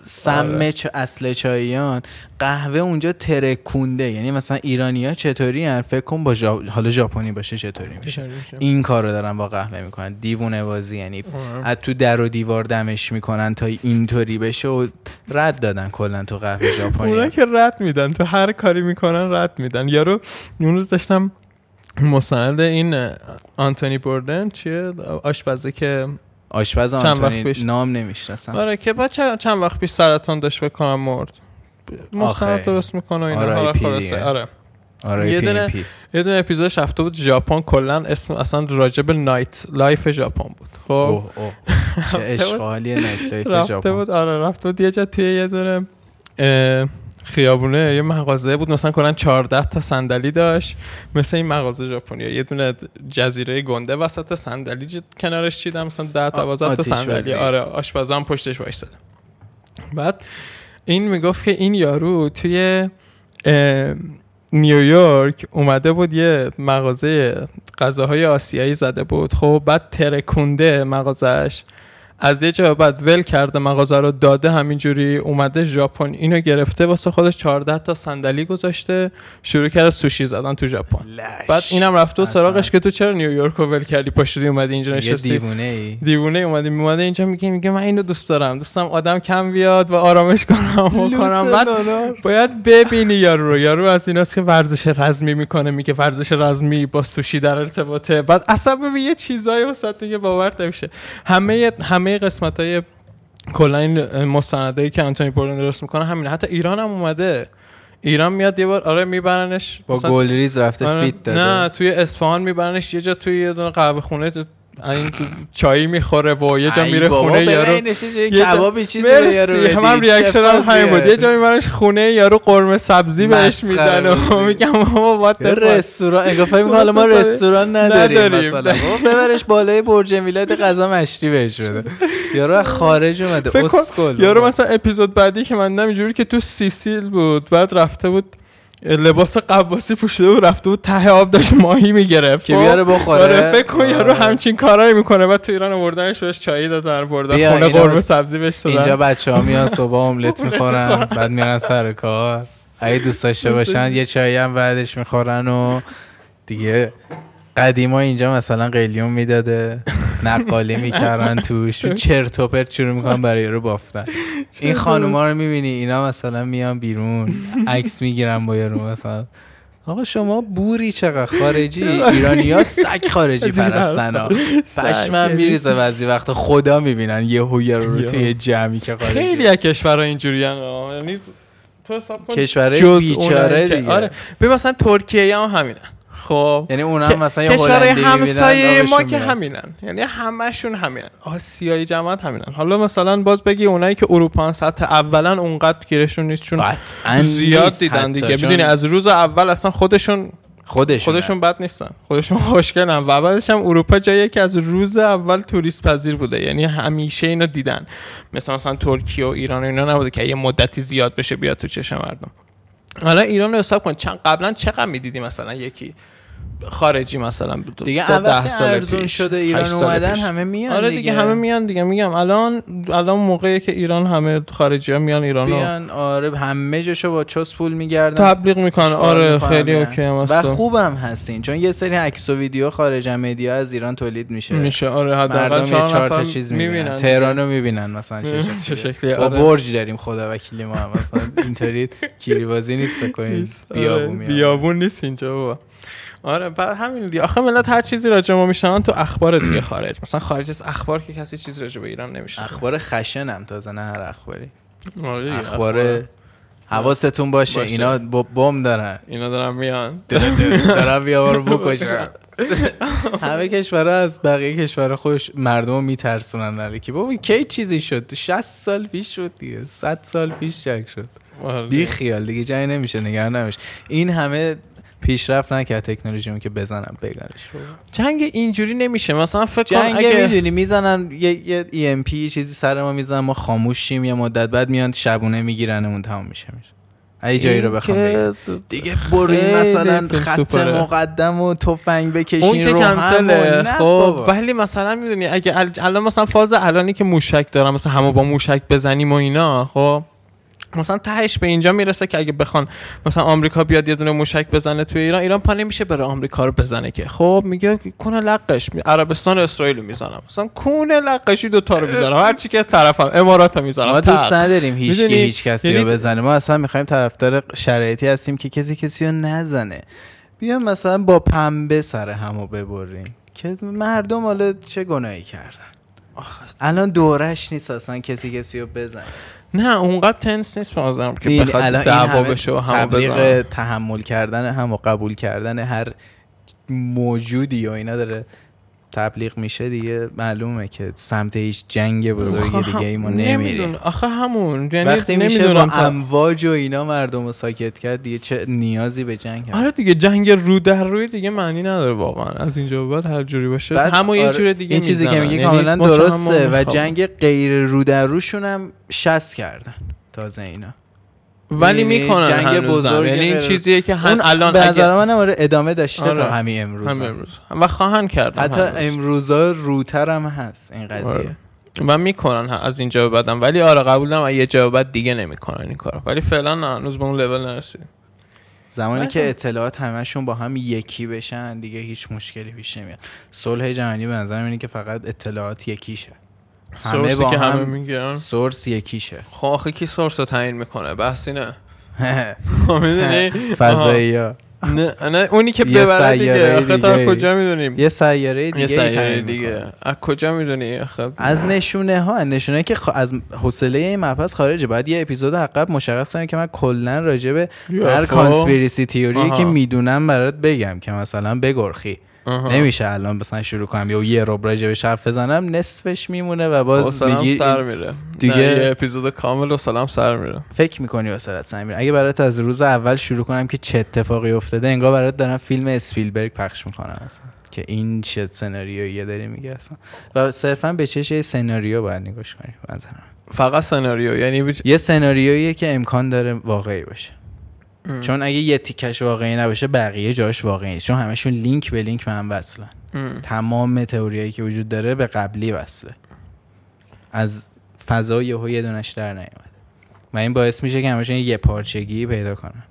Speaker 1: سم
Speaker 2: آره.
Speaker 1: چ- اصل چاییان قهوه اونجا ترکونده یعنی مثلا ایرانی ها چطوری هن؟ فکر کن با ژا- حالا ژاپنی باشه چطوری میشه این کار رو دارن با قهوه میکنن دیوونه بازی یعنی از تو در و دیوار دمش میکنن تا اینطوری بشه و رد دادن کلا تو قهوه
Speaker 2: اونا
Speaker 1: ژاپنی
Speaker 2: که رد میدن تو هر کاری میکنن رد میدن یارو اون روز داشتم مستند این آنتونی بوردن چیه آشپزه که
Speaker 1: آشپز
Speaker 2: چند وقت پیش.
Speaker 1: آنتونی نام نمیشناسم
Speaker 2: آره که با چ- چند وقت پیش سرطان داشت بکنم مرد مستند
Speaker 1: آخه.
Speaker 2: درست میکنه و اینا
Speaker 1: آره،
Speaker 2: آره
Speaker 1: IP
Speaker 2: خلاصه
Speaker 1: دیگه.
Speaker 2: آره
Speaker 1: آره
Speaker 2: یه
Speaker 1: پی
Speaker 2: دونه-
Speaker 1: این پیس
Speaker 2: یه دونه اپیزودش رفته بود ژاپن کلا اسم اصلا راجب نایت لایف ژاپن بود خب
Speaker 1: اوه اوه چه اشغالی نایتریت
Speaker 2: رفته
Speaker 1: ژاپن
Speaker 2: بود آره رفته بود یه جا توی یه دونه اه، خیابونه یه مغازه بود مثلا کلا 14 تا صندلی داشت مثل این مغازه ژاپنی یه دونه جزیره گنده وسط صندلی ج- کنارش چیدم مثلا 10 تا
Speaker 1: آ-
Speaker 2: 12 تا
Speaker 1: آتیش
Speaker 2: صندلی
Speaker 1: وزی.
Speaker 2: آره آشپزم پشتش وایساده بعد این میگفت که این یارو توی اه، نیویورک اومده بود یه مغازه غذاهای آسیایی زده بود خب بعد ترکونده مغازش از یه جا به بعد ول کرده مغازه رو داده همینجوری اومده ژاپن اینو گرفته واسه خودش 14 تا صندلی گذاشته شروع کرده سوشی زدن تو ژاپن بعد اینم رفته و
Speaker 1: اصلا.
Speaker 2: سراغش که تو چرا نیویورک رو ول کردی پاشدی اومدی اینجا
Speaker 1: یه
Speaker 2: نشستی
Speaker 1: دیوونه ای
Speaker 2: دیوونه اومده میومده اینجا میگه میگه من اینو دوست دارم دوستم آدم کم بیاد و آرامش کنم و کنم بعد باید ببینی یارو رو یارو از ایناست که ورزش رزمی میکنه میگه ورزش رزمی با سوشی در ارتباطه بعد اصلا ببین یه چیزایی وسط میگه باور نمیشه همه همه قسمت های کلا این مستندایی که انتونی بوردن درست میکنه همین حتی ایران هم اومده ایران میاد یه بار آره میبرنش
Speaker 1: با
Speaker 2: مثلا-
Speaker 1: گل ریز رفته
Speaker 2: آره،
Speaker 1: فیت
Speaker 2: نه
Speaker 1: داده
Speaker 2: توی اصفهان میبرنش یه جا توی یه دونه قهوه خونه تو- این تو چای میخوره و یه جا
Speaker 1: ای
Speaker 2: میره
Speaker 1: بابا،
Speaker 2: خونه
Speaker 1: به
Speaker 2: یارو
Speaker 1: من نشیش یه
Speaker 2: یه جا-
Speaker 1: کبابی چیزی به یارو
Speaker 2: مرسی
Speaker 1: بدی.
Speaker 2: هم, هم
Speaker 1: چه
Speaker 2: ریاکشن هم
Speaker 1: فازیه.
Speaker 2: همین بود یه جا میبرنش خونه یارو قرمه سبزی بهش
Speaker 1: مسخره
Speaker 2: میدن و
Speaker 1: بازی.
Speaker 2: میگم بابا what the
Speaker 1: یه
Speaker 2: fuck.
Speaker 1: رستوران انگار فکر می‌کنم حالا ما
Speaker 2: مثلا-
Speaker 1: رستوران نداریم,
Speaker 2: نداریم.
Speaker 1: مثلا بابا ببرش بالای برج میلاد غذا مشتی بهش بده یارو از خارج اومده
Speaker 2: فکر کن،
Speaker 1: اسکل
Speaker 2: یارو مثلا اپیزود بعدی که من دیدم اینجوری که تو سیسیل بود بعد رفته بود لباس قباسی پوشیده بود رفته بود ته آب داشت ماهی میگرفت
Speaker 1: که بیاره بخوره
Speaker 2: آره فکر کن یارو
Speaker 1: آره.
Speaker 2: همچین کارایی میکنه بعد تو ایران آوردنش بهش چایی دادن بردن
Speaker 1: بیا،
Speaker 2: خونه
Speaker 1: اینا-
Speaker 2: قرمه سبزی بهش دادن
Speaker 1: اینجا بچه ها میان صبح املت میخورن بعد میرن سر کار اگه دوست داشته باشن یه چایی هم بعدش میخورن و دیگه قدیما اینجا مثلا قلیون میداده نقالی میکردن توش تو چرت و پرت شروع میکنن برای رو بافتن این خانوما رو میبینی اینا مثلا میان بیرون عکس میگیرن با یارو مثلا آقا شما بوری چقدر خارجی ایرانی ها سگ خارجی پرستن ها
Speaker 2: یعنی
Speaker 1: پشمم میریزه بعضی وقت خدا میبینن یه هویه رو, رو توی جمعی که خارجی
Speaker 2: خیلی از کشورها اینجوری یعنی تو حساب کن
Speaker 1: کشورهای
Speaker 2: جز
Speaker 1: بیچاره
Speaker 2: اونایی که-
Speaker 1: دیگه
Speaker 2: آره ببین مثلا ترکیه هم همینه خب
Speaker 1: یعنی اون
Speaker 2: که-
Speaker 1: هم مثلا یه
Speaker 2: کشورهای
Speaker 1: هلندی
Speaker 2: همسایه
Speaker 1: می‌بینن،
Speaker 2: ما
Speaker 1: آبشون
Speaker 2: که
Speaker 1: میاد.
Speaker 2: همینن یعنی همشون همینن آسیایی جماعت همینن حالا مثلا باز بگی اونایی که اروپا سطح اولا اونقدر گیرشون نیست چون
Speaker 1: قطعاً
Speaker 2: زیاد
Speaker 1: نیست
Speaker 2: دیدن
Speaker 1: حتی،
Speaker 2: دیگه
Speaker 1: چون
Speaker 2: میدونی از روز اول اصلا خودشون
Speaker 1: خودشون
Speaker 2: خودشون بد نیستن خودشون خوشگلن و بعدش هم اروپا جاییه که از روز اول توریست پذیر بوده یعنی همیشه اینو دیدن مثلا مثلا ترکیه و ایران و اینا نبوده که یه مدتی زیاد بشه بیاد تو چشم مردم حالا ایران رو حساب کن چند قبلا چقدر میدیدی مثلا یکی خارجی مثلا
Speaker 1: دیگه اول که ارزون شده ایران اومدن همه میان
Speaker 2: آره دیگه, همه میان دیگه میگم الان الان موقعی که ایران همه خارجی ها میان ایران رو
Speaker 1: بیان آره همه جاشو با چوس پول میگردن
Speaker 2: تبلیغ میکنن آره خیلی اوکی هم
Speaker 1: و
Speaker 2: هست
Speaker 1: خوبم هستین چون یه سری عکس و ویدیو خارج از مدیا از ایران تولید میشه
Speaker 2: میشه آره حداقل
Speaker 1: مردم یه چهار
Speaker 2: چهار
Speaker 1: تا
Speaker 2: نفر
Speaker 1: چیز میبینن
Speaker 2: میبینن
Speaker 1: تهران رو میبینن مثلا چه
Speaker 2: می‌بینن چه
Speaker 1: شکلیه.
Speaker 2: شکلیه،
Speaker 1: با
Speaker 2: آره.
Speaker 1: برج داریم خدا وکیلی ما هم مثلا اینطوری کیری بازی نیست بکنید
Speaker 2: نیست. آره،
Speaker 1: بیابون بیابون
Speaker 2: بیابون نیست اینجا بابا آره بعد همین دیگه آخه ملت هر چیزی راجع به ما میشنون تو اخبار دیگه خارج مثلا خارج از اخبار که کسی چیزی راجع به ایران نمیشنه
Speaker 1: اخبار خشنم تازه نه هر اخباری
Speaker 2: آره
Speaker 1: اخبار حواستون باشه
Speaker 2: باشه.
Speaker 1: اینا با- بم دارن
Speaker 2: اینا دارن میان
Speaker 1: دارن بیا رو بکشن همه کشورها از بقیه کشورها خوش مردم رو میترسونن علیکی بابا کی چیزی شد تو 60 سال پیش شد دیگه 100 سال پیش شک شد
Speaker 2: آره.
Speaker 1: بی خیال دیگه جای نمیشه نگران نمیشه این همه پیشرفت نکرد تکنولوژیمون که بزنم بگنش
Speaker 2: جنگ اینجوری نمیشه مثلا فکر کن
Speaker 1: جنگ
Speaker 2: اگه
Speaker 1: خب، میدونی میزنن یه, یه EMP چیزی سر ما میزنن ما خاموشیم یه مدت بعد میان شبونه میگیرنمون تمام میشه میشه اگه جایی رو بخوام بگم
Speaker 2: این که-
Speaker 1: دیگه برین
Speaker 2: خیلی
Speaker 1: مثلا
Speaker 2: تیم
Speaker 1: خط
Speaker 2: سوپره.
Speaker 1: مقدم و تفنگ بکشین
Speaker 2: اون که
Speaker 1: رو هم و
Speaker 2: کنسله
Speaker 1: نه
Speaker 2: خب
Speaker 1: بابا.
Speaker 2: ولی مثلا میدونی اگه ال- الان مثلا فاز الانی که موشک دارن مثلا همو با موشک بزنیم و اینا خب مثلا تهش به اینجا میرسه که اگه بخوان مثلا آمریکا بیاد یه دونه موشک بزنه توی ایران ایران پا نمیشه بره آمریکا رو بزنه که خب میگه کونه لقش می- عربستان و اسرائیل رو میزنم مثلا کونه لقشی دوتا رو میزنم هر چی که طرفم امارات رو میزنم
Speaker 1: ما دوست نداریم هیچ
Speaker 2: می‌دونی؟
Speaker 1: هیچ کسی رو
Speaker 2: یعنی-
Speaker 1: بزنه ما اصلا میخوایم طرفدار شرایطی هستیم که کسی کسی رو نزنه بیا مثلا با پنبه سر همو ببریم که مردم حالا چه گناهی کردن الان دورش نیست اصلا کسی کسی رو بزنه
Speaker 2: نه اونقدر تنس نیست بازم که
Speaker 1: ببین،
Speaker 2: بخواد
Speaker 1: الان این
Speaker 2: دعوا
Speaker 1: همه
Speaker 2: بشه و همو
Speaker 1: تبلیغ
Speaker 2: بزنه
Speaker 1: تحمل کردن هم و قبول کردن هر موجودی و اینا داره تبلیغ میشه دیگه معلومه که سمت هیچ جنگ
Speaker 2: خب،
Speaker 1: بزرگ دیگه ای ما نمیریم
Speaker 2: نمیدون آخه همون یعنی
Speaker 1: وقتی میشه با
Speaker 2: نمی‌دونم تا-
Speaker 1: امواج و اینا مردم رو ساکت کرد دیگه چه نیازی به جنگ هست
Speaker 2: آره دیگه جنگ رو در روی دیگه معنی نداره واقعا از اینجا به بعد هر جوری باشه
Speaker 1: بعد
Speaker 2: همون یه
Speaker 1: آره،
Speaker 2: جور دیگه
Speaker 1: این چیزی که
Speaker 2: می‌زنن.
Speaker 1: میگه
Speaker 2: یعنی
Speaker 1: کاملا
Speaker 2: ما چه همون
Speaker 1: درسته و
Speaker 2: می‌خوام.
Speaker 1: جنگ غیر رو در روشون هم شست کردن تازه اینا
Speaker 2: ولی
Speaker 1: یعنی
Speaker 2: میکنن
Speaker 1: جنگ
Speaker 2: جنگ بزرگ
Speaker 1: بزرگ
Speaker 2: یعنی این
Speaker 1: غیر-
Speaker 2: چیزیه که هم
Speaker 1: اون
Speaker 2: الان
Speaker 1: به
Speaker 2: اگه-
Speaker 1: نظر من هم آره ادامه داشته
Speaker 2: آره.
Speaker 1: تا همین امروز
Speaker 2: هم امروز و خواهن کردن
Speaker 1: حتی
Speaker 2: هنوز.
Speaker 1: امروزا روتر هم هست این قضیه
Speaker 2: آره. و میکنن ه- از اینجا به بعدم ولی آره قبول دارم یه جا به بعد دیگه نمیکنن این کارو ولی فعلا نه، هنوز به اون لول نرسیدیم
Speaker 1: زمانی
Speaker 2: بله.
Speaker 1: که اطلاعات همشون با هم یکی بشن دیگه هیچ مشکلی پیش نمیاد صلح جهانی به نظر من اینه که فقط اطلاعات یکیشه همه
Speaker 2: سورسی
Speaker 1: با
Speaker 2: که همه
Speaker 1: هم
Speaker 2: میگن
Speaker 1: سورس یکیشه
Speaker 2: خب آخه کی سورس رو تعیین میکنه بحثی نه خب می‌دونی؟
Speaker 1: فضایی ها
Speaker 2: آها. نه نه اونی که
Speaker 1: یه
Speaker 2: ببره دیگه
Speaker 1: سیاره
Speaker 2: آخه تا
Speaker 1: دیگه.
Speaker 2: کجا میدونیم
Speaker 1: یه سیاره
Speaker 2: یه
Speaker 1: دیگه
Speaker 2: سیاره دیگه از کجا میدونی خب
Speaker 1: از نشونه ها نشونه که خ- از حوصله این مبحث خارجه باید یه اپیزود عقب مشخص کنم که من کلا راجع به هر
Speaker 2: UFO.
Speaker 1: کانسپیریسی تیوری
Speaker 2: خب. آها.
Speaker 1: که میدونم برات بگم که مثلا بگرخی
Speaker 2: آها.
Speaker 1: نمیشه الان مثلا شروع کنم یا یه روب راجع بهش حرف بزنم نصفش میمونه و باز
Speaker 2: حوصله‌ام
Speaker 1: میگی
Speaker 2: خب، سر میره
Speaker 1: دیگه-
Speaker 2: دیگه یه اپیزود کامل و سلام سر میره
Speaker 1: فکر میکنی واسه سمیر اگه برات از روز اول شروع کنم که چه اتفاقی افتاده انگار برات دارم فیلم اسپیلبرگ پخش میکنم اصلا که این چه سناریویی داری میگه اصلا و صرفا به چش یه سناریو باید نگوش کنی به نظر من.
Speaker 2: فقط سناریو یعنی بج...
Speaker 1: یه سناریویی که امکان داره واقعی باشه چون اگه یه تیکش واقعی نباشه بقیه جاش واقعی نیست چون همشون لینک به لینک به هم وصلن
Speaker 2: ام.
Speaker 1: تمام تئوریایی که وجود داره به قبلی وصله از فضا یهو یه دونش در نیومد و این باعث میشه که همشون یه پارچگی پیدا کنن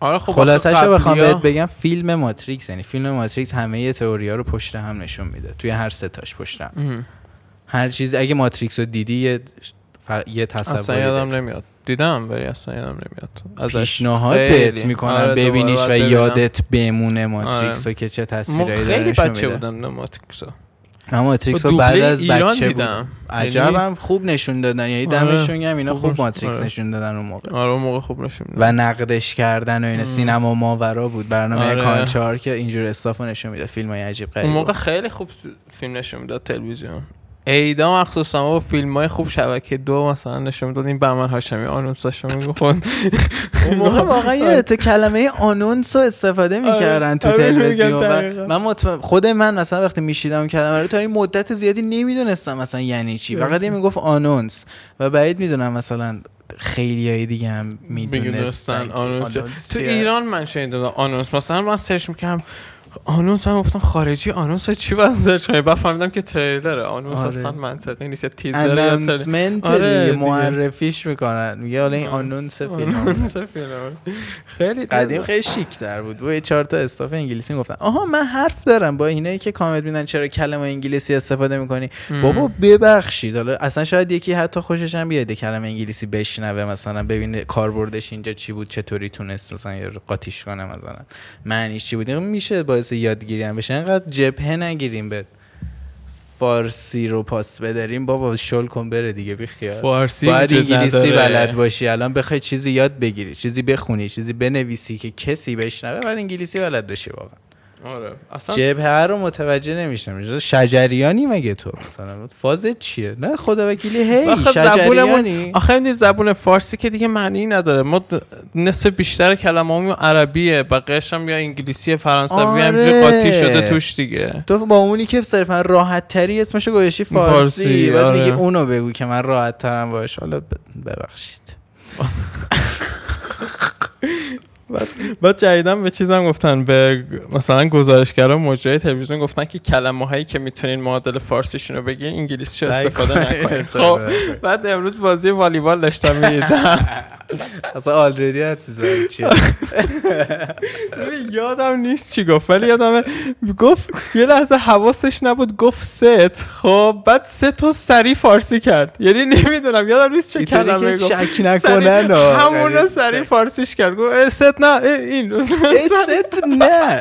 Speaker 2: آره خب
Speaker 1: خلاصش
Speaker 2: آخه
Speaker 1: رو بخوام
Speaker 2: قبلی‌ها-
Speaker 1: بهت بگم فیلم ماتریکس یعنی فیلم ماتریکس همه تئوریا رو پشت هم نشون میده توی هر ستاش پشت هم
Speaker 2: ام.
Speaker 1: هر چیز اگه ماتریکس رو دیدی یه, ف... یه
Speaker 2: اصلا
Speaker 1: تصوری داری.
Speaker 2: یادم نمیاد دیدم ولی اصلا یادم نمیاد ازش
Speaker 1: پیشنهاد
Speaker 2: خیلی.
Speaker 1: بهت میکنن
Speaker 2: آره، دوباره
Speaker 1: ببینیش
Speaker 2: باید
Speaker 1: و
Speaker 2: ببینم.
Speaker 1: یادت بمونه ماتریکس
Speaker 2: آره.
Speaker 1: رو که چه
Speaker 2: ما
Speaker 1: تصویرایی داره
Speaker 2: خیلی
Speaker 1: نشون
Speaker 2: بچه
Speaker 1: میده.
Speaker 2: بودم نه ماتریکس رو.
Speaker 1: من ماتریکس
Speaker 2: با
Speaker 1: رو بعد
Speaker 2: دوبله
Speaker 1: از
Speaker 2: ایران
Speaker 1: بچه بودم
Speaker 2: دیدم.
Speaker 1: عجب هم خوب نشون دادن یعنی
Speaker 2: آره.
Speaker 1: دمشون گم اینا
Speaker 2: خوب
Speaker 1: خوب
Speaker 2: نشون-
Speaker 1: ماتریکس
Speaker 2: آره.
Speaker 1: نشون دادن اون موقع
Speaker 2: آره اون موقع خوب نشون میداد
Speaker 1: و نقدش کردن و این سینما ماورا بود برنامه
Speaker 2: آره.
Speaker 1: کانچار که اینجور استافو نشون میده فیلم های عجیب غریب
Speaker 2: اون موقع خیلی خوب فیلم نشون میداد تلویزیون ایدا مخصوصا با فیلم های خوب شبکه دو مثلا نشون میداد این بهمن هاشمی آنونساشو میگفت
Speaker 1: اون موقع واقعا یه
Speaker 2: آره.
Speaker 1: ات- کلمه آنونس رو استفاده میکردن تو
Speaker 2: آره، می‌گم
Speaker 1: تلویزیون و
Speaker 2: دقیقاً.
Speaker 1: من مطمئن خود من مثلا وقتی میشیدم اون کلمه رو تا این مدت زیادی نمیدونستم مثلا یعنی چی فقط این میگفت آنونس و بعید میدونم مثلا خیلی های دیگه هم میدونستن
Speaker 2: میدونستن آنونس تو
Speaker 1: چیه.
Speaker 2: ایران من شنیدم آنونس مثلا من سرچ میکنم آنونس هم گفتم خارجی آنونس چی بنظر شده بعد فهمیدم که تریلره آنونس
Speaker 1: آره.
Speaker 2: اصلا منطقی نیست یا تیزر یا تریلر
Speaker 1: انانسمنت
Speaker 2: آره،
Speaker 1: دیگه
Speaker 2: دیگه.
Speaker 1: معرفیش میکنن میگه حالا این
Speaker 2: آره.
Speaker 1: آنونس فیلم
Speaker 2: آنونس فیلمه. خیلی
Speaker 1: قدیم خیلی شیک در بود و یه چهار تا استاف انگلیسی گفتن آها من حرف دارم با اینایی که کامنت میدن چرا کلمه انگلیسی استفاده میکنی
Speaker 2: مم.
Speaker 1: بابا ببخشید حالا اصلا شاید یکی حتی خوشش هم بیاد یه کلمه انگلیسی بشنوه مثلا ببینه کاربردش اینجا چی بود چطوری تونست مثلا یه رو قاطیش کنه مثلا معنیش چی بود این میشه باعث یادگیری هم بشه انقدر جبهه نگیریم به فارسی رو پاس بداریم بابا شل کن بره دیگه بی خیال.
Speaker 2: فارسی
Speaker 1: باید
Speaker 2: وجود
Speaker 1: انگلیسی
Speaker 2: نداره.
Speaker 1: بلد باشی الان بخوای چیزی یاد بگیری چیزی بخونی چیزی بنویسی که کسی بشنوه باید انگلیسی بلد باشی واقعا
Speaker 2: آره اصلا
Speaker 1: جبهه رو متوجه نمیشم شجریانی مگه تو مثلا فاز چیه نه خدا وکیلی هی
Speaker 2: آخه
Speaker 1: شجریانی
Speaker 2: زبونمون آخه این زبون فارسی که دیگه معنی نداره ما د- نصف بیشتر کلمه‌مون عربیه بقیه‌ش هم یا انگلیسی فرانسوی
Speaker 1: آره.
Speaker 2: همینجوری قاطی شده توش دیگه
Speaker 1: تو با اونی که صرفا راحت تری اسمشو گوشی فارسی,
Speaker 2: فارسی،
Speaker 1: بعد
Speaker 2: آره.
Speaker 1: میگه اونو بگو که من راحت ترم باش حالا ب- ببخشید
Speaker 2: بعد جدیدن به چیزم گفتن به گ- مثلا گزارشگرا مجری تلویزیون گفتن که کلمه هایی که میتونین معادل فارسیشون رو بگین انگلیسی رو
Speaker 1: سعی
Speaker 2: استفاده
Speaker 1: کن.
Speaker 2: نکنین خب
Speaker 1: استفاده کن.
Speaker 2: بعد امروز بازی والیبال داشتم میدیدم
Speaker 1: اصلا آلردی هست چیزایی چیه
Speaker 2: یادم نیست چی گفت ولی یادم گفت یه لحظه حواسش نبود گفت ست خب بعد ست رو سریع فارسی کرد یعنی نمیدونم یادم نیست چه کلمه
Speaker 1: اینطوری که
Speaker 2: گفت
Speaker 1: شک
Speaker 2: سریع-
Speaker 1: نکنن و-
Speaker 2: همون رو
Speaker 1: یعنی
Speaker 2: سریع فارسیش کرد گفت اه، ست نه اه، این رو
Speaker 1: ست نه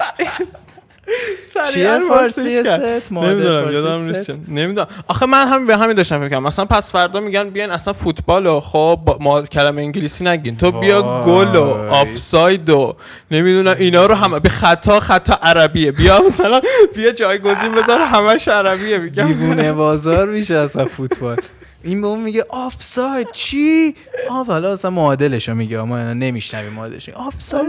Speaker 2: سریعا
Speaker 1: چیه فارسی
Speaker 2: فارسیش کرد.
Speaker 1: ست معادل
Speaker 2: نمیدونم یادم
Speaker 1: فارسی
Speaker 2: نیست
Speaker 1: ست
Speaker 2: چه- نمیدونم آخه من هم به همین داشتم فکر کنم مثلا پس فردا میگن بیاین اصلا فوتبال و خب با- ما کلمه انگلیسی نگین تو بیا
Speaker 1: وای.
Speaker 2: گل و آفساید و نمیدونم اینا رو هم به خطا خطا عربیه بیا مثلا بیا جایگزین بذار همش عربیه میگم
Speaker 1: دیوونه بازار میشه اصلا فوتبال این به اون میگه آفساید چی آف حالا اصلا معادلشو میگه ما اینا نمیشنویم معادلش آفساید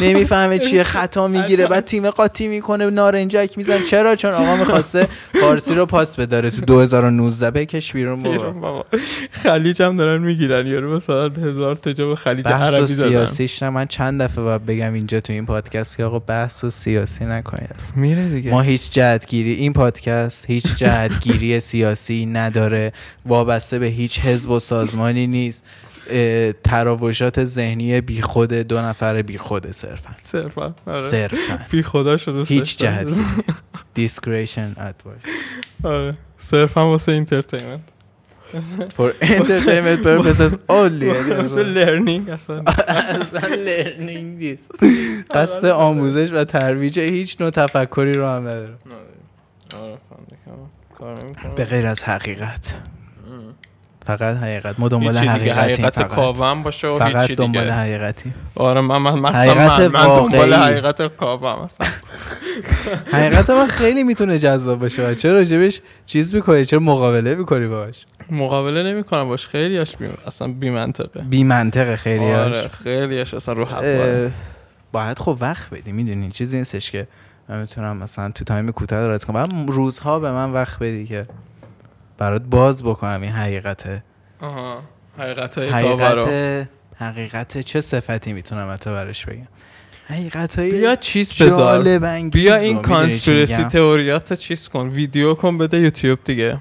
Speaker 1: نمیفهمه چیه خطا میگیره بعد تیم قاطی میکنه نارنجک میزن چرا چون آقا میخواسته فارسی رو پاس بداره تو 2019 بکش بیرون بابا
Speaker 2: بابا. خلیج هم دارن میگیرن یارو مثلا هزار تجاب خلیج
Speaker 1: بحث و
Speaker 2: عربی دادن
Speaker 1: سیاسیش نه من چند دفعه باید بگم اینجا تو این پادکست که آقا بحث و سیاسی نکنید
Speaker 2: میره دیگه
Speaker 1: ما هیچ جهتگیری این پادکست هیچ جهتگیری سیاسی نداره وابسته به هیچ حزب و سازمانی نیست اه، تراوشات ذهنی بیخود دو نفر بیخوده صرفا
Speaker 2: صرفا آره.
Speaker 1: صرفا
Speaker 2: بی خدا شده
Speaker 1: هیچ
Speaker 2: صرفاً.
Speaker 1: جهت discretion advice
Speaker 2: آره صرفا واسه اینترتینمنت
Speaker 1: for entertainment purposes only
Speaker 2: واسه لرنینگ اصلا
Speaker 1: قصد آموزش و ترویج هیچ نوع تفکری رو هم نداره
Speaker 2: آره فهمیدم. کار نمی‌کنم.
Speaker 1: به غیر از حقیقت فقط حقیقت ما دنبال
Speaker 2: هیچی دیگه
Speaker 1: حقیقتیم
Speaker 2: حقیقت
Speaker 1: فقط
Speaker 2: کاوم باشه و
Speaker 1: فقط
Speaker 2: هیچی
Speaker 1: دنبال
Speaker 2: دیگه
Speaker 1: حقیقتیم
Speaker 2: آره من من مثلا
Speaker 1: حقیقت
Speaker 2: من, من
Speaker 1: واقعی.
Speaker 2: دنبال حقیقت کاوم اصلا
Speaker 1: حقیقت من خیلی میتونه جذاب باشه چرا راجبش چیز میکنی چرا مقابله میکنی باش
Speaker 2: مقابله نمیکنم باش خیلیاش بی... اصلا بی منطقه
Speaker 1: بی منطقه خیلی
Speaker 2: آره خیلیاش اصلا رو حقه
Speaker 1: اه، باید خب وقت بدی میدونی چیزی نیستش که من میتونم مثلا تو تایم کوتاه رد کنم بعد روزها به من وقت بدی که برات باز بکنم این حقیقته
Speaker 2: آها حقیقت های کاوه رو
Speaker 1: حقیقت حقیقت چه صفتی میتونم حتی براش بگم حقیقت
Speaker 2: بیا
Speaker 1: های
Speaker 2: چیز بذار بیا این کانسپیرسی تئوریات رو چیز کن ویدیو کن بده یوتیوب دیگه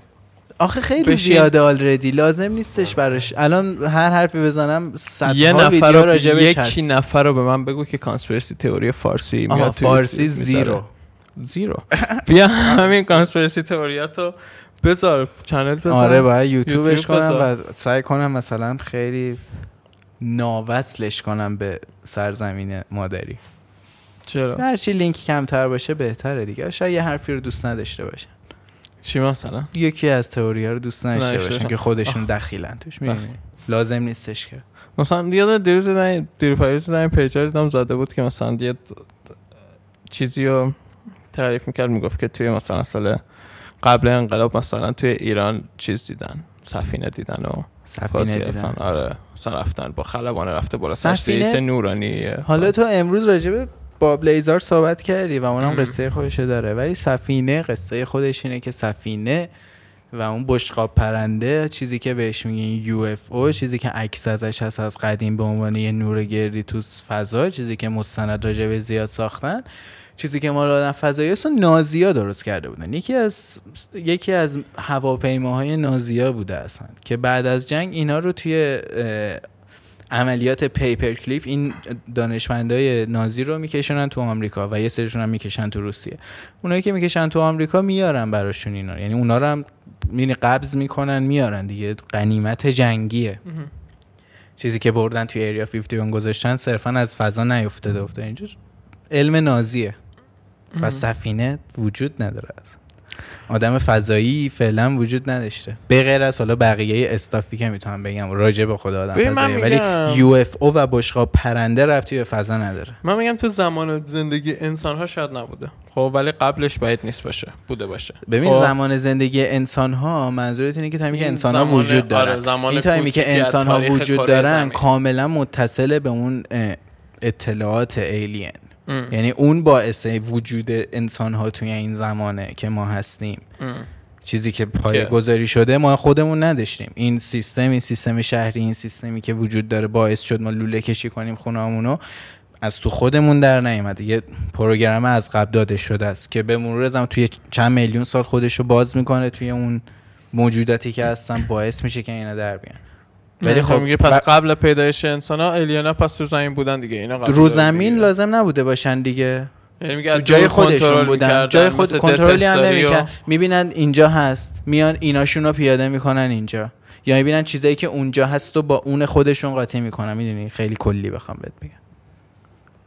Speaker 1: آخه خیلی
Speaker 2: بشین.
Speaker 1: زیاده آلردی لازم نیستش براش الان هر حرفی بزنم صدها
Speaker 2: یه نفر
Speaker 1: ویدیو
Speaker 2: رو
Speaker 1: راجبش هست
Speaker 2: یکی نفر رو به من بگو که کانسپیرسی تئوری فارسی
Speaker 1: آها
Speaker 2: میاد تو
Speaker 1: فارسی
Speaker 2: یوتیوب می‌ذاره.
Speaker 1: زیرو
Speaker 2: زیرو بیا همین کانسپیرسی تئوریات رو بذار چنل بذار
Speaker 1: آره باید یوتیوبش
Speaker 2: یوتیوب
Speaker 1: کنم و
Speaker 2: بذار.
Speaker 1: سعی کنم مثلا خیلی ناوصلش کنم به سرزمین مادری
Speaker 2: چرا
Speaker 1: هرچی لینک کمتر باشه بهتره دیگه شاید یه حرفی رو دوست نداشته باشه
Speaker 2: چی مثلا
Speaker 1: یکی از تئوری رو دوست نداشته
Speaker 2: نداشته
Speaker 1: باشن
Speaker 2: باشن.
Speaker 1: که خودشون دخیلن توش می‌بینی. لازم نیستش که
Speaker 2: مثلا یاد دیروز دیدم دیر پریز دیدم یه پیجر دیدم زده بود که مثلا یه د- چیزی رو تعریف میکرد میگفت که توی مثلا سال قبل انقلاب مثلا توی ایران چیز دیدن سفینه دیدن و
Speaker 1: سفینه
Speaker 2: پاس
Speaker 1: دیدن
Speaker 2: گرفتن آره مثلا رفتن با خلبانه رفته بالا
Speaker 1: سفینه؟
Speaker 2: سفینه نورانی
Speaker 1: حالا تو امروز راجع به باب لیزار صحبت کردی و اونم
Speaker 2: مم.
Speaker 1: قصه خودش داره ولی سفینه قصه خودش اینه که سفینه و اون بشقاب پرنده چیزی که بهش میگن یو اف او چیزی که عکس ازش هست از قدیم به عنوان یه نور گردی تو فضا چیزی که مستند راجبه زیاد ساختن چیزی که ما رو آدم فضایی است و نازیا درست کرده بودن یکی از یکی از هواپیماهای نازیا بوده اصلا که بعد از جنگ اینا رو توی عملیات پیپر کلیپ این دانشمندای نازی رو میکشونن تو آمریکا و یه سریشون هم میکشن تو روسیه اونایی که میکشن تو آمریکا میارن براشون اینا یعنی اونا رو هم مینی قبض میکنن میارن دیگه قنیمت جنگیه چیزی که بردن توی ایریا 51 گذاشتن صرفا از فضا نیفتاده افتاده اینجا علم نازیه و سفینه وجود نداره اصلا آدم فضایی فعلا وجود نداشته به غیر از حالا بقیه استافی که میتونم بگم راجع به خود آدم فضایی ولی یو اف او و بشقاب پرنده ربطی به فضا نداره
Speaker 2: من میگم تو زمان زندگی انسان ها شاید نبوده خب ولی قبلش باید نیست باشه بوده باشه
Speaker 1: ببین
Speaker 2: خب.
Speaker 1: زمان زندگی انسان ها منظورت اینه که تایمی که
Speaker 2: این
Speaker 1: انسان ها
Speaker 2: زمان-
Speaker 1: وجود دارن
Speaker 2: آره، زمان
Speaker 1: این تایمی
Speaker 2: کوچیکی
Speaker 1: که
Speaker 2: از
Speaker 1: انسان ها
Speaker 2: تاریخ
Speaker 1: وجود
Speaker 2: کره
Speaker 1: دارن
Speaker 2: زمین.
Speaker 1: کاملا متصل به اون اه، اطلاعات ایلین یعنی اون باعث وجود انسان ها توی این زمانه که ما هستیم
Speaker 2: ام.
Speaker 1: چیزی که پایه
Speaker 2: که-
Speaker 1: گذاری شده ما خودمون نداشتیم این سیستم این سیستم شهری این سیستمی که وجود داره باعث شد ما لوله کشی کنیم خونهامونو از تو خودمون در نیومده یه پروگرم از قبل داده شده است که به مرور هم توی چند میلیون سال خودش رو باز میکنه توی اون موجوداتی که هستن باعث میشه که اینا در بیان
Speaker 2: ولی خب میگه پس
Speaker 1: و-
Speaker 2: قبل پیدایش انسان ها الیانا پس رو زمین بودن دیگه اینا قبل
Speaker 1: رو
Speaker 2: داره
Speaker 1: زمین
Speaker 2: دیگه.
Speaker 1: لازم نبوده باشن دیگه
Speaker 2: یعنی میگه
Speaker 1: تو
Speaker 2: از
Speaker 1: جای
Speaker 2: دور کنترل
Speaker 1: خودشون بودن
Speaker 2: می‌کردن،
Speaker 1: جای خود
Speaker 2: مثل
Speaker 1: کنترلی هم
Speaker 2: دتستاری و-
Speaker 1: نمیکن میبینن اینجا هست میان ایناشون رو پیاده میکنن اینجا یا میبینن چیزایی که اونجا هست و با اون خودشون قاطی میکنن میدونی خیلی کلی بخوام بهت بگم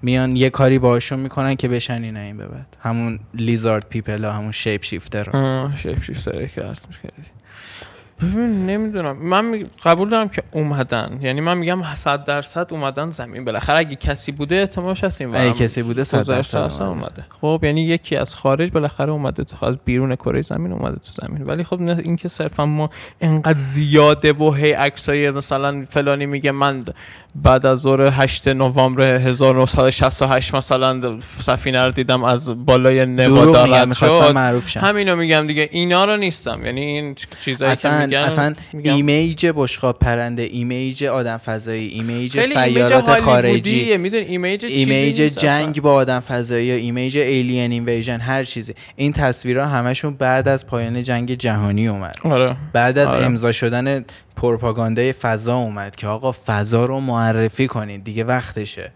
Speaker 1: میان یه کاری باشون میکنن که بشن اینا این به بعد همون لیزارد پیپل ها همون شیپ شیفتر ها
Speaker 2: آه، شیپ شیفتره که عرض می‌کردی. ببین نمیدونم من می- قبول دارم که اومدن یعنی من میگم 100 درصد اومدن زمین بالاخره اگه کسی بوده احتمالش هست این ورم.
Speaker 1: اگه کسی بوده، 100
Speaker 2: گذشته
Speaker 1: درصد آره.
Speaker 2: اصلا
Speaker 1: اومده.
Speaker 2: اومده خب یعنی یکی از خارج بالاخره اومده تو- از بیرون کره زمین اومده تو زمین ولی خب نه اینکه صرفا ما انقدر زیاده و هی عکسای مثلا فلانی میگه من د- بعد از ظهر 8 نوامبر 1968 مثلا د- سفینه رو دیدم از بالای نوادا
Speaker 1: دروغ میگم
Speaker 2: رد
Speaker 1: میخواستم
Speaker 2: شد
Speaker 1: معروف شن
Speaker 2: همینو میگم دیگه اینا رو نیستم یعنی این چ- چیزایی که
Speaker 1: اصلا
Speaker 2: میگن
Speaker 1: اصلا
Speaker 2: میگم
Speaker 1: ایمیج بشقاب پرنده ایمیج آدم فضایی ایمیج
Speaker 2: خیلی
Speaker 1: سیارات
Speaker 2: ایمیج
Speaker 1: خارجی
Speaker 2: هالیوودیه، میدونی ایمیج چیزی
Speaker 1: ایمیج
Speaker 2: نیست
Speaker 1: جنگ با آدم فضایی یا ایمیج ایلین اینویژن هر چیزی این تصویرها همشون بعد از پایان جنگ جهانی اومد
Speaker 2: اصلا. آره
Speaker 1: بعد از
Speaker 2: آره.
Speaker 1: امضا شدن پروپاگاندای فضا اومد که آقا فضا رو معرفی کنید دیگه وقتشه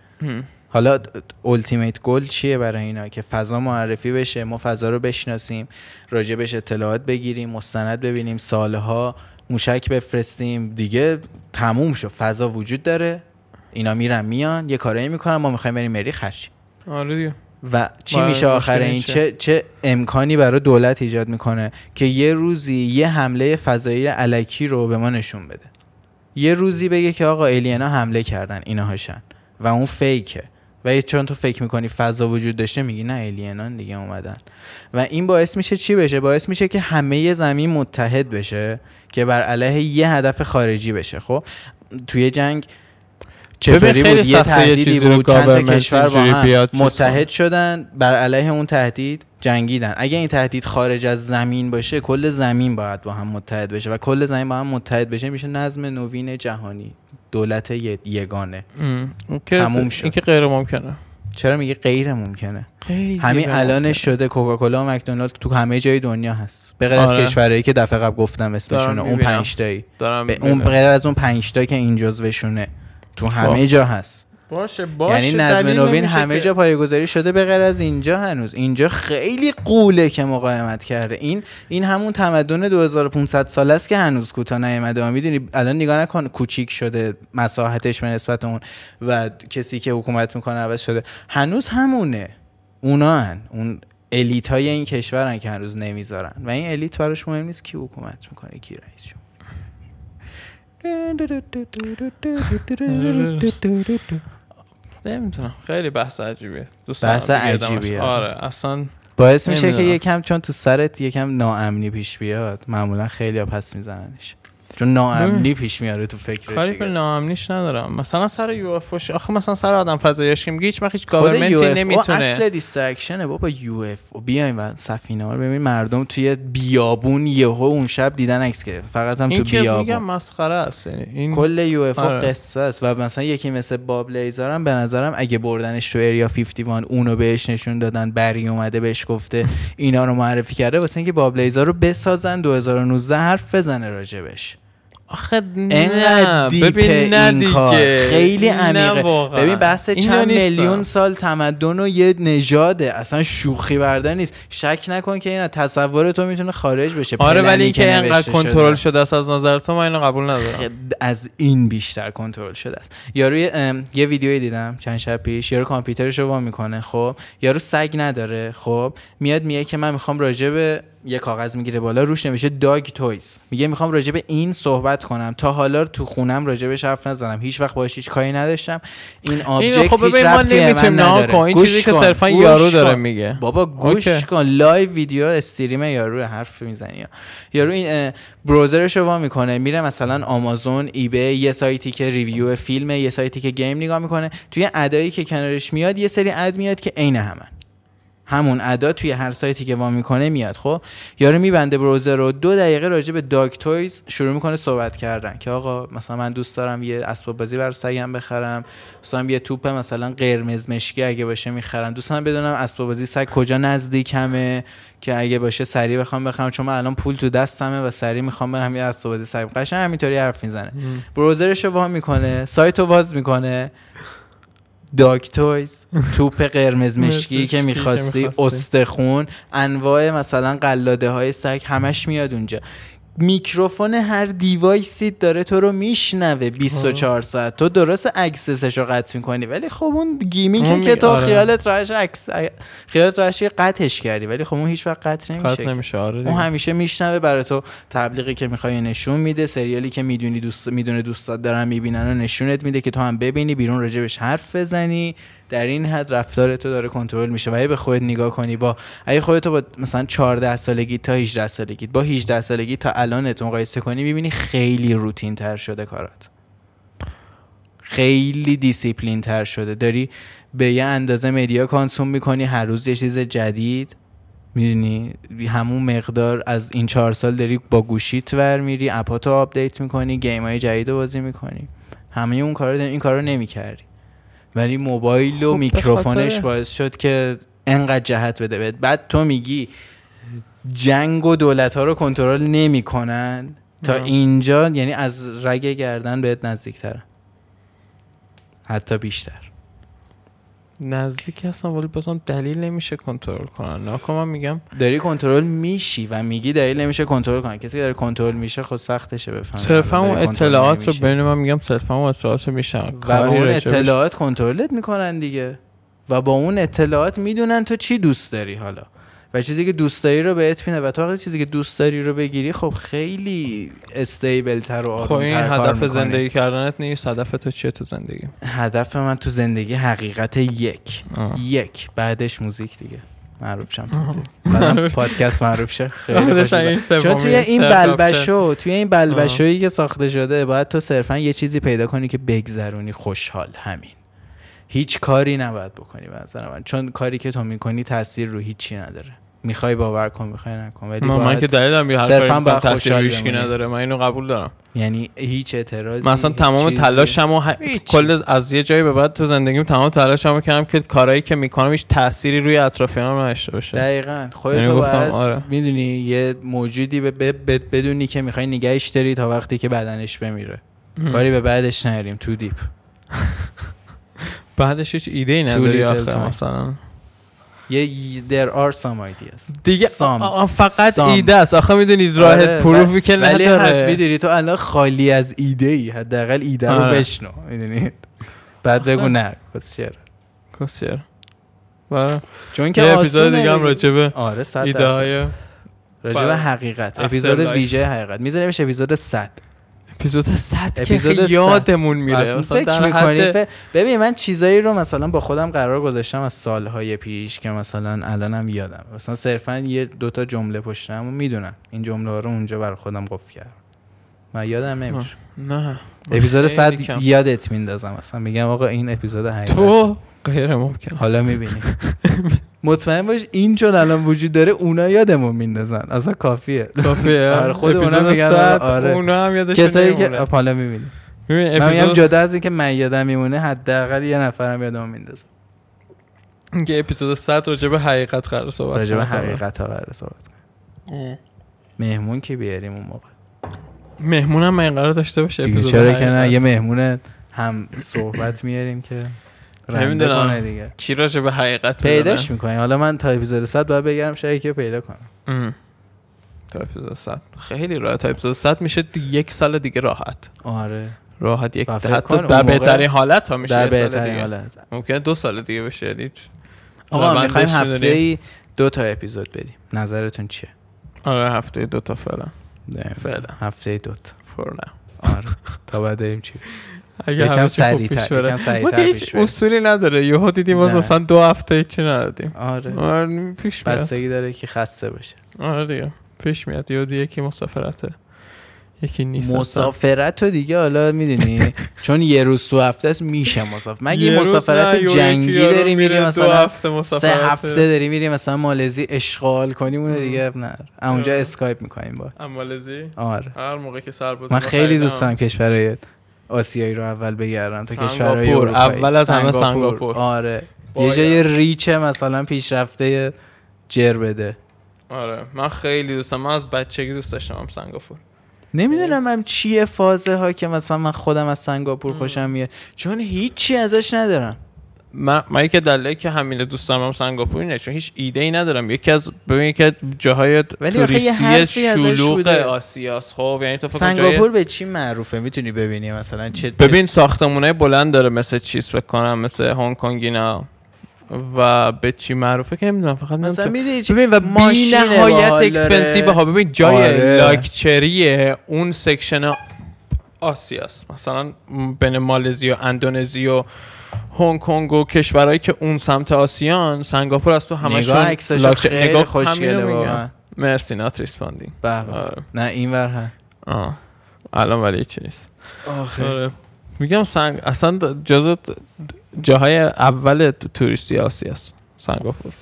Speaker 1: حالا التیمیت گل چیه برای اینا که فضا معرفی بشه ما فضا رو بشناسیم راجبش اطلاعات بگیریم مستند ببینیم سالها موشک بفرستیم دیگه تموم شد فضا وجود داره اینا میرن میان یه کارایی میکنن ما میخوایم بریم مریخ هرچی
Speaker 2: آره دیگه
Speaker 1: و چی
Speaker 2: و
Speaker 1: میشه آخر
Speaker 2: مشکل
Speaker 1: این
Speaker 2: چه؟
Speaker 1: چه چه امکانی برای دولت ایجاد میکنه که یه روزی یه حمله فضایی علکی رو به ما نشون بده یه روزی بگه که آقا ایلینا حمله کردن اینا هاشن و اون فیکه و یه چون تو فکر میکنی فضا وجود داشته میگی نه الینان دیگه اومدن و این باعث میشه چی بشه باعث میشه که همه زمین متحد بشه که بر علیه یه هدف خارجی بشه خب توی جنگ چطوری
Speaker 2: ببین خیلی
Speaker 1: بود یه
Speaker 2: سخته یه
Speaker 1: تهدیدی
Speaker 2: چیزی رو
Speaker 1: بود چند تا
Speaker 2: government
Speaker 1: کشور با
Speaker 2: اینجوری
Speaker 1: هم
Speaker 2: بیاد چیز
Speaker 1: متحد شدن بر علیه اون تهدید جنگیدن اگه این تهدید خارج از زمین باشه کل زمین باید با هم متحد بشه و کل زمین با هم متحد بشه میشه نظم نوین جهانی دولت ی- یگانه
Speaker 2: ام. اون که
Speaker 1: تموم شد.
Speaker 2: این که غیر ممکنه
Speaker 1: چرا میگه غیر ممکنه
Speaker 2: غیر
Speaker 1: همین
Speaker 2: ممکنه.
Speaker 1: الانش شده کوکاکولا و مکدونالد تو همه جای دنیا هست به غیر از
Speaker 2: آره.
Speaker 1: کشورهایی که دفعه قبل گفتم اسمشونه
Speaker 2: دارم
Speaker 1: اون
Speaker 2: می‌بینم.
Speaker 1: پنج تایی
Speaker 2: دارم
Speaker 1: به اون به
Speaker 2: می‌بینم.
Speaker 1: غیر از اون پنج تا که این جزوشونه تو همه
Speaker 2: خب.
Speaker 1: جا هست
Speaker 2: باشه باشه
Speaker 1: یعنی نظم
Speaker 2: دلیل
Speaker 1: نوین
Speaker 2: نمیشه
Speaker 1: همه
Speaker 2: که-
Speaker 1: جا پایگذاری شده به غیر از اینجا هنوز اینجا خیلی قوله که مقاومت کرده این این همون تمدن 2500 ساله است که هنوز کوتاه نیامده میدونی الان نگاه نکن کوچیک شده مساحتش به نسبت اون و کسی که حکومت میکنه عوض شده هنوز همونه اونا هن. اون الیت های این کشورن که هنوز نمیذارن و این الیت براش مهم نیست کی حکومت میکنه کی رئیس جمهور.
Speaker 2: نمیدونم خیلی بحث عجیبه دوست
Speaker 1: بحث
Speaker 2: دارم دیگه
Speaker 1: عجیبیه.
Speaker 2: آدمش- آره اصلا
Speaker 1: باعث میشه که
Speaker 2: نمی‌دونم.
Speaker 1: یکم چون تو سرت یکم ناامنی پیش بیاد معمولا خیلی ها پس میزننش چون ناامنی پیش میاره تو فکر
Speaker 2: کاری به ناامنیش ندارم مثلا سر یو اف آخه مثلا سر آدم فضایش که میگه هیچ وقت هیچ گاورمنتی نمیتونه
Speaker 1: اصل دیسترکشنه بابا یو اف او بیایم و سفینه رو ببین مردم توی بیابون یهو اون شب دیدن عکس گرفت فقط هم
Speaker 2: این
Speaker 1: تو
Speaker 2: که میگم
Speaker 1: بیابون
Speaker 2: مسخره است یعنی این
Speaker 1: کل یو اف
Speaker 2: آره.
Speaker 1: قصه است و مثلا یکی مثل باب لیزر هم به نظرم اگه بردنش تو یا 51 اونو بهش نشون دادن بری اومده بهش گفته اینا رو معرفی کرده واسه اینکه باب لیزر رو بسازن 2019 حرف بزنه راجبش
Speaker 2: آخه
Speaker 1: انقدر
Speaker 2: نه
Speaker 1: دیپه
Speaker 2: ببین نه
Speaker 1: این کار.
Speaker 2: دیگه
Speaker 1: خیلی
Speaker 2: نه
Speaker 1: عمیقه
Speaker 2: واقعا.
Speaker 1: ببین بحث
Speaker 2: اینا
Speaker 1: چند
Speaker 2: نیستم.
Speaker 1: میلیون سال تمدن و یه نژاده اصلا شوخی بردن نیست شک نکن که این از تصور تو میتونه خارج بشه
Speaker 2: آره
Speaker 1: پلنی
Speaker 2: ولی اینکه انقدر
Speaker 1: نوشته شده.
Speaker 2: کنترل شده است از نظر تو من اینو قبول ندارم
Speaker 1: خد- از این بیشتر کنترل شده است یارو ام، یه ویدیویی دیدم چند شب پیش یارو کامپیوترش رو وا میکنه خب یارو سگ نداره خب میاد میگه که من میخوام راجع به یه کاغذ میگیره بالا روش نمیشه داگ تویز میگه میخوام راجع به این صحبت کنم تا حالا تو خونم راجع بهش حرف نزنم هیچ وقت باش هیچ کاری نداشتم این آبجکت
Speaker 2: اینو
Speaker 1: هیچ
Speaker 2: خب ببین ما
Speaker 1: ربطی به من
Speaker 2: نمیتونیم نه
Speaker 1: نداره.
Speaker 2: کن این
Speaker 1: گوش
Speaker 2: چیزی که
Speaker 1: کن،
Speaker 2: صرفا
Speaker 1: گوش
Speaker 2: یارو داره
Speaker 1: کن.
Speaker 2: میگه
Speaker 1: بابا گوش
Speaker 2: اوکی.
Speaker 1: کن لایو ویدیو استریم یارو حرف میزنی یارو این اه، بروزرش رو وا میکنه میره مثلا آمازون ایبی یه سایتی که ریویو فیلم یه سایتی که گیم نگاه میکنه توی ادایی که کنارش میاد یه سری اد میاد که عین همن همون ادا توی هر سایتی که وا میکنه میاد خب یارو میبنده بروزر رو دو دقیقه راجع به داگ تویز شروع میکنه صحبت کردن که آقا مثلا من دوست دارم یه اسباب بازی بر سگم بخرم دوست دارم یه توپ مثلا قرمز مشکی اگه باشه میخرم دوست دارم بدونم اسباب بازی سگ کجا نزدیکمه که اگه باشه سریع بخوام بخرم چون من الان پول تو دستمه و سریع میخوام برم یه اسباب بازی سگ بخرم. قشنگ همینطوری حرف میزنه بروزرش رو وا میکنه سایت رو باز میکنه داگ تویز توپ قرمز مشکی که
Speaker 2: مشکی که
Speaker 1: میخواستی
Speaker 2: می‌خواستی.
Speaker 1: استخون انواع مثلا قلاده های سگ همش میاد اونجا میکروفون هر دیوایسی داره تو رو میشنوه 24 ساعت تو درست اکسسش رو قطع میکنی ولی خب اون گیمی
Speaker 2: اون
Speaker 1: که
Speaker 2: می-
Speaker 1: تو
Speaker 2: آره.
Speaker 1: خیالت راش اکس خیالت راش یه قطعش کردی ولی خب اون هیچ وقت قطع نمیشه
Speaker 2: قطع
Speaker 1: که.
Speaker 2: نمیشه آره
Speaker 1: اون
Speaker 2: دیگه.
Speaker 1: همیشه میشنوه برای تو تبلیغی که میخوای نشون میده سریالی که میدونی دوست میدونه دوستات دارن میبینن و نشونت میده که تو هم ببینی بیرون راجبش حرف بزنی در این حد رفتار تو داره کنترل میشه و اگه به خودت نگاه کنی با اگه خودتو با مثلا 14 سالگی تا 18 سالگی با 18 سالگی تا الانت مقایسه کنی میبینی خیلی روتین تر شده کارات خیلی دیسیپلین تر شده داری به یه اندازه مدیا کانسوم میکنی هر روز یه چیز جدید میدونی همون مقدار از این چهار سال داری با گوشیت ور میری اپاتو آپدیت میکنی گیم های جدید رو بازی میکنی همه اون کارا این کارا نمیکردی ولی موبایل و
Speaker 2: خب، به
Speaker 1: میکروفونش
Speaker 2: خاطر-
Speaker 1: باعث شد که انقدر جهت بده بهت بعد تو میگی جنگ و دولت ها رو کنترل نمیکنن تا
Speaker 2: آه.
Speaker 1: اینجا یعنی از رگ گردن بهت نزدیک تره حتی بیشتر
Speaker 2: نزدیک هستم ولی بازم دلیل نمیشه کنترل کنن ناکن من میگم
Speaker 1: داری کنترل میشی و میگی دلیل نمیشه کنترل کنن کسی که داره کنترل میشه خود سختشه بفهمه
Speaker 2: صرفا
Speaker 1: داری
Speaker 2: اون
Speaker 1: کنترل
Speaker 2: اطلاعات رو
Speaker 1: نمی‌شی.
Speaker 2: بین من میگم صرفا اون اطلاعات رو میشم
Speaker 1: و با اون اطلاعات کنترلت میکنن دیگه و با اون اطلاعات میدونن تو چی دوست داری حالا و چیزی که دوست داری رو بهت میدن و تو وقتی چیزی که دوست داری رو بگیری خب خیلی استیبل تر و
Speaker 2: خب
Speaker 1: آروم
Speaker 2: این هدف زندگی کردنت نیست هدف تو چیه تو زندگی
Speaker 1: هدف من تو زندگی حقیقت یک
Speaker 2: آه.
Speaker 1: یک بعدش موزیک دیگه معروف شم تو موزیک. بعدم پادکست معروف شه خیلی خوش
Speaker 2: داشتم این
Speaker 1: بود.
Speaker 2: سومی
Speaker 1: چون توی این
Speaker 2: ترتیب شد.
Speaker 1: بلبشو توی این بلبشویی که ساخته شده باید تو صرفا یه چیزی پیدا کنی که بگذرونی خوشحال همین هیچ کاری نباید بکنی به نظر من چون کاری که تو میکنی تاثیر رو هیچی نداره میخوای باور کن میخوای نکن ولی
Speaker 2: من, من
Speaker 1: باید-
Speaker 2: که دلیلم یه هر
Speaker 1: صرفاً
Speaker 2: کاری می‌کنم
Speaker 1: باید
Speaker 2: تاثیر
Speaker 1: خوشحال
Speaker 2: هیچکی
Speaker 1: بمونی.
Speaker 2: نداره من اینو قبول دارم
Speaker 1: یعنی هیç اعتراضی
Speaker 2: من اصلا
Speaker 1: هیچ
Speaker 2: تمام
Speaker 1: چیزی.
Speaker 2: تلاشم و ه...
Speaker 1: هیچی.
Speaker 2: کل از یه جایی به بعد تو زندگیم تمام تلاشم رو کردم که کارهایی که میکنم هیچ تأثیری روی اطرافیانم نداشته باشه
Speaker 1: دقیقا خودتو
Speaker 2: یعنی
Speaker 1: باید
Speaker 2: گفتم آره.
Speaker 1: میدونی یه موجودی به به- به- بدونی که میخوای نگهش داری تا وقتی که بدنش بمیره کاری به بعدش نریم تو دیپ
Speaker 2: بعدش هیچ ایده ای
Speaker 1: Too
Speaker 2: نداری
Speaker 1: little
Speaker 2: آخه
Speaker 1: time.
Speaker 2: مثلا
Speaker 1: یه there are some ideas
Speaker 2: دیگه
Speaker 1: Some.
Speaker 2: آ- آ- فقط
Speaker 1: Some.
Speaker 2: ایده است آخه میدونی راحت
Speaker 1: آره،
Speaker 2: پروفی که
Speaker 1: ولی هست
Speaker 2: نداره
Speaker 1: میدونی تو الان خالی از ایده ای حداقل ایده رو
Speaker 2: آره.
Speaker 1: بشنو میدونی بعد بگو نه بس چرا
Speaker 2: کسیر برای
Speaker 1: چون که
Speaker 2: یه اپیزود
Speaker 1: آسونه.
Speaker 2: دیگه هم راجبه
Speaker 1: آره صد
Speaker 2: ایده
Speaker 1: درصد.
Speaker 2: های
Speaker 1: راجع به
Speaker 2: برای
Speaker 1: حقیقت
Speaker 2: afterlife.
Speaker 1: اپیزود ویژه حقیقت میذاریمش اپیزود 100
Speaker 2: اپیزود 100 که
Speaker 1: اپیزود
Speaker 2: خیلی
Speaker 1: صد.
Speaker 2: یادمون میره
Speaker 1: اصلا
Speaker 2: مثلا
Speaker 1: فکر
Speaker 2: در
Speaker 1: می‌کنی؟
Speaker 2: حد
Speaker 1: ف- ببین من چیزایی رو مثلا با خودم قرار گذاشتم از سالهای پیش که مثلا الانم یادم مثلا صرفا یه دوتا جمله پشتم و میدونم این جمله ها رو اونجا برای خودم قفل کردم من یادم نمیشه
Speaker 2: نه
Speaker 1: اپیزود
Speaker 2: خیلی
Speaker 1: 100
Speaker 2: کم.
Speaker 1: یادت میندازم اصلا میگم آقا این اپیزود حقیقت
Speaker 2: تو غیر ممکن
Speaker 1: حالا میبینی مطمئن باش این چون الان وجود داره اونا یادمون میندازن اصلا کافیه
Speaker 2: کافیه
Speaker 1: آره، خود اونا
Speaker 2: اپیزود
Speaker 1: میگن
Speaker 2: صد،
Speaker 1: آره.
Speaker 2: اونا هم یادشون
Speaker 1: کسایی که
Speaker 2: نمیمونه.
Speaker 1: آه، حالا میبینی
Speaker 2: ببین
Speaker 1: من میگم
Speaker 2: اپیزود
Speaker 1: جدا از اینکه من یادم میمونه حداقل یه نفرم یادم میندازه
Speaker 2: که اپیزود 100 راجع به حقیقت قرار صحبت
Speaker 1: راجع به
Speaker 2: کنیم.
Speaker 1: حقیقت ها قرار صحبت کنیم.
Speaker 2: اه.
Speaker 1: مهمون که بیاریم اون موقع
Speaker 2: مهمونم من قرار داشته باشه
Speaker 1: دیگه
Speaker 2: اپیزود
Speaker 1: چرا که نه
Speaker 2: حقیقت.
Speaker 1: یه مهمون هم صحبت میاریم که رنده
Speaker 2: نمی‌دونم.
Speaker 1: کنه دیگه
Speaker 2: کی راجع به حقیقت
Speaker 1: پیداش میکنیم حالا من تا اپیزود 100 باید بگیرم شاید که پیدا کنم
Speaker 2: می‌دونه؟ ام. تا اپیزود 100 خیلی راحت تا اپیزود 100 میشه دی- یک سال دیگه راحت
Speaker 1: آره
Speaker 2: راحت یک
Speaker 1: و فکر
Speaker 2: حتی
Speaker 1: کن اون
Speaker 2: در
Speaker 1: موقع-
Speaker 2: بهترین حالت ها میشه
Speaker 1: در
Speaker 2: یه سال
Speaker 1: بهترین
Speaker 2: دیگه.
Speaker 1: حالت
Speaker 2: ممکنه دو سال دیگه بشه یعنی چ-
Speaker 1: آقا
Speaker 2: روندش
Speaker 1: میخوایم
Speaker 2: می‌دونیم.
Speaker 1: هفته ای دو تا اپیزود بدیم نظرتون چیه
Speaker 2: آره هفته دو تا فعلا فعلا.
Speaker 1: هفته ای دو تا
Speaker 2: پر نه
Speaker 1: آره تا بعد بریم چی
Speaker 2: اگه
Speaker 1: یکم
Speaker 2: همه چی خوب
Speaker 1: سریع‌تر
Speaker 2: پیش بره.
Speaker 1: یکم
Speaker 2: ما که
Speaker 1: سریع‌تر پیش
Speaker 2: هیچ
Speaker 1: بریم.
Speaker 2: اصولی نداره یهو دیدیم باز
Speaker 1: نه.
Speaker 2: مثلا دو هفته چی ندادیم
Speaker 1: آره
Speaker 2: آره پیش میاد
Speaker 1: بستگی داره که خسته باشه
Speaker 2: آره دیگه پیش میاد یهو دیگه یکی مسافرته یکی نیست اصلا.
Speaker 1: مسافرت تو دیگه حالا میدونی چون یه روز تو هفته است میشه مسافر مگه
Speaker 2: یه
Speaker 1: یه
Speaker 2: روز
Speaker 1: مسافرت
Speaker 2: نه، یهو
Speaker 1: جنگی
Speaker 2: یکی یارو
Speaker 1: داری میری
Speaker 2: میره دو
Speaker 1: مثلا
Speaker 2: هفته
Speaker 1: سه
Speaker 2: مسافرت
Speaker 1: هفته داری میری مثلا مالزی اشغال کنیم اون دیگه نه اونجا
Speaker 2: آره.
Speaker 1: اسکایپ میکنیم با
Speaker 2: امالزی
Speaker 1: آره
Speaker 2: هر موقع که سرباز
Speaker 1: من خیلی دوست دارم کشورهای آسیایی رو اول بگردم تا کشورهای
Speaker 2: سنگاپور.
Speaker 1: اروپایی
Speaker 2: اول از همه سنگاپور.
Speaker 1: آره
Speaker 2: باید.
Speaker 1: یه جای ریچه مثلا پیشرفته جر بده
Speaker 2: آره من خیلی دوست دارم من از بچگی دوست داشتم هم سنگاپور
Speaker 1: نمیدونم هم چیه فازه ها که مثلا من خودم از سنگاپور خوشم میاد چون هیچی ازش ندارم
Speaker 2: من من که دلیلی که همین دوست دارم هم سنگاپور اینه چون هیچ ایده ای ندارم یکی از ببین یکی از جاهای
Speaker 1: ولی آخه یه حرفی
Speaker 2: توریستی
Speaker 1: ازش
Speaker 2: شلوغ
Speaker 1: بوده.
Speaker 2: آسیاس خب یعنی تو فکر کن جای-
Speaker 1: سنگاپور به چی معروفه میتونی ببینی مثلا چه
Speaker 2: ببین ساختمونای بلند داره مثل چیز فکر کنم مثل هنگ کنگ اینا و به چی معروفه که نمیدونم فقط نمی‌دونم.
Speaker 1: مثلا میدونی چه
Speaker 2: ببین و بی
Speaker 1: ماشین
Speaker 2: نهایت
Speaker 1: باحال
Speaker 2: اکسپنسیو
Speaker 1: داره.
Speaker 2: ها ببین جای
Speaker 1: آره.
Speaker 2: لاکچریه اون سکشن آسیاست مثلا بین مالزی و اندونزی و هنگ کنگ و کشورهایی که اون سمت آسیان سنگاپور از تو همشون
Speaker 1: نگاه عکسش
Speaker 2: لاکچ-
Speaker 1: خیلی
Speaker 2: نگاه
Speaker 1: خوشگله
Speaker 2: همینو میگم.
Speaker 1: واقعا
Speaker 2: مرسی نات ریسپاندینگ
Speaker 1: به به.
Speaker 2: آره.
Speaker 1: نه این ور هم
Speaker 2: آه. الان ولی هیچی نیست
Speaker 1: آخه
Speaker 2: آره. میگم سنگ اصلا جز جاهای اول توریستی آسیا است سنگاپور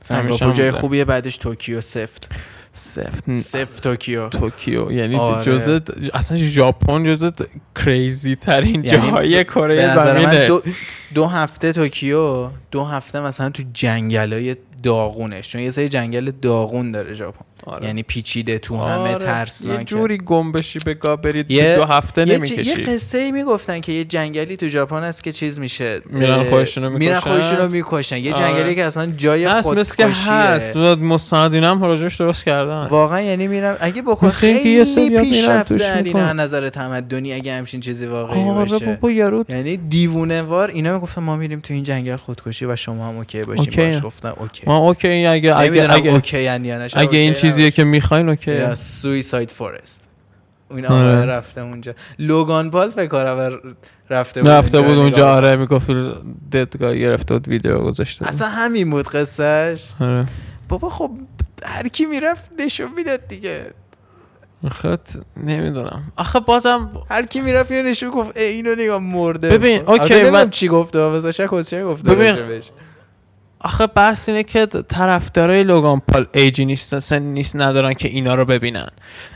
Speaker 1: سنگاپور جای خوبیه بعدش توکیو سفت
Speaker 2: سفت
Speaker 1: سفت توکیو
Speaker 2: توکیو یعنی
Speaker 1: آره.
Speaker 2: جز اصلا ژاپن جز کریزی ترین
Speaker 1: یعنی
Speaker 2: جاهای
Speaker 1: به
Speaker 2: کره
Speaker 1: نظر من
Speaker 2: زمینه
Speaker 1: دو, دو هفته توکیو دو هفته مثلا تو جنگلای داغونش چون یه سری جنگل داغون داره ژاپن
Speaker 2: آره.
Speaker 1: یعنی پیچیده تو همه
Speaker 2: آره.
Speaker 1: ترسناکه
Speaker 2: یه جوری گم بشی به گا بری
Speaker 1: یه-
Speaker 2: تو دو هفته
Speaker 1: یه, چ- یه
Speaker 2: نمیکشی
Speaker 1: قصه ای میگفتن که یه جنگلی تو ژاپن هست که چیز میشه
Speaker 2: میرن
Speaker 1: اه،
Speaker 2: خودشونو
Speaker 1: میرن
Speaker 2: می‌کشن.
Speaker 1: خودشونو میکشن یه
Speaker 2: آره.
Speaker 1: جنگلی که اصلا جای
Speaker 2: هست مثل که
Speaker 1: خودکشیه
Speaker 2: هست مستند اینا هم راجبش درست کردن
Speaker 1: واقعا یعنی میرم اگه بکن
Speaker 2: مثل اینکه یه سری
Speaker 1: خیلی
Speaker 2: ها
Speaker 1: پیش
Speaker 2: میرن توش
Speaker 1: رفته
Speaker 2: می‌کنن.
Speaker 1: اینا از نظر تمدنی اگه همچین چیزی واقعی
Speaker 2: آره
Speaker 1: باشه
Speaker 2: بابا یارو
Speaker 1: یعنی دیوونه وار اینا میگفتن ما میریم تو این جنگل خودکشی و شما هم اوکی باشین
Speaker 2: اوکی.
Speaker 1: باش گفتن اوکی
Speaker 2: ما اوکی اگه اگه
Speaker 1: نمیدونم
Speaker 2: اگه
Speaker 1: اوکی یا نه شاید
Speaker 2: اگه این
Speaker 1: اوکی
Speaker 2: چیزیه که میخواین
Speaker 1: نباشه.
Speaker 2: اوکی
Speaker 1: یا سویساید فورست این
Speaker 2: آره.
Speaker 1: آقا رفته اونجا لوگان پال فکر کنم رفته بود
Speaker 2: رفته بود اونجا
Speaker 1: نگاه
Speaker 2: آره میگفت ددگاه گرفته بود ویدیو گذاشته بود.
Speaker 1: اصلا همین بود قصهش
Speaker 2: آره
Speaker 1: بابا خب هر کی میرفت نشون میداد دیگه
Speaker 2: خط نمیدونم آخه بازم
Speaker 1: هر کی میرفت یه نشون گفت ای اینو نگاه مرده
Speaker 2: ببین،
Speaker 1: البته
Speaker 2: اوکی،
Speaker 1: نمیدونم
Speaker 2: من-
Speaker 1: چی گفته بذار شک چی گفته
Speaker 2: ببین،
Speaker 1: راجبش.
Speaker 2: آخه بحث اینه که طرفدارای لوگان پال ایجی نیستن سن نیست ندارن که اینا رو ببینن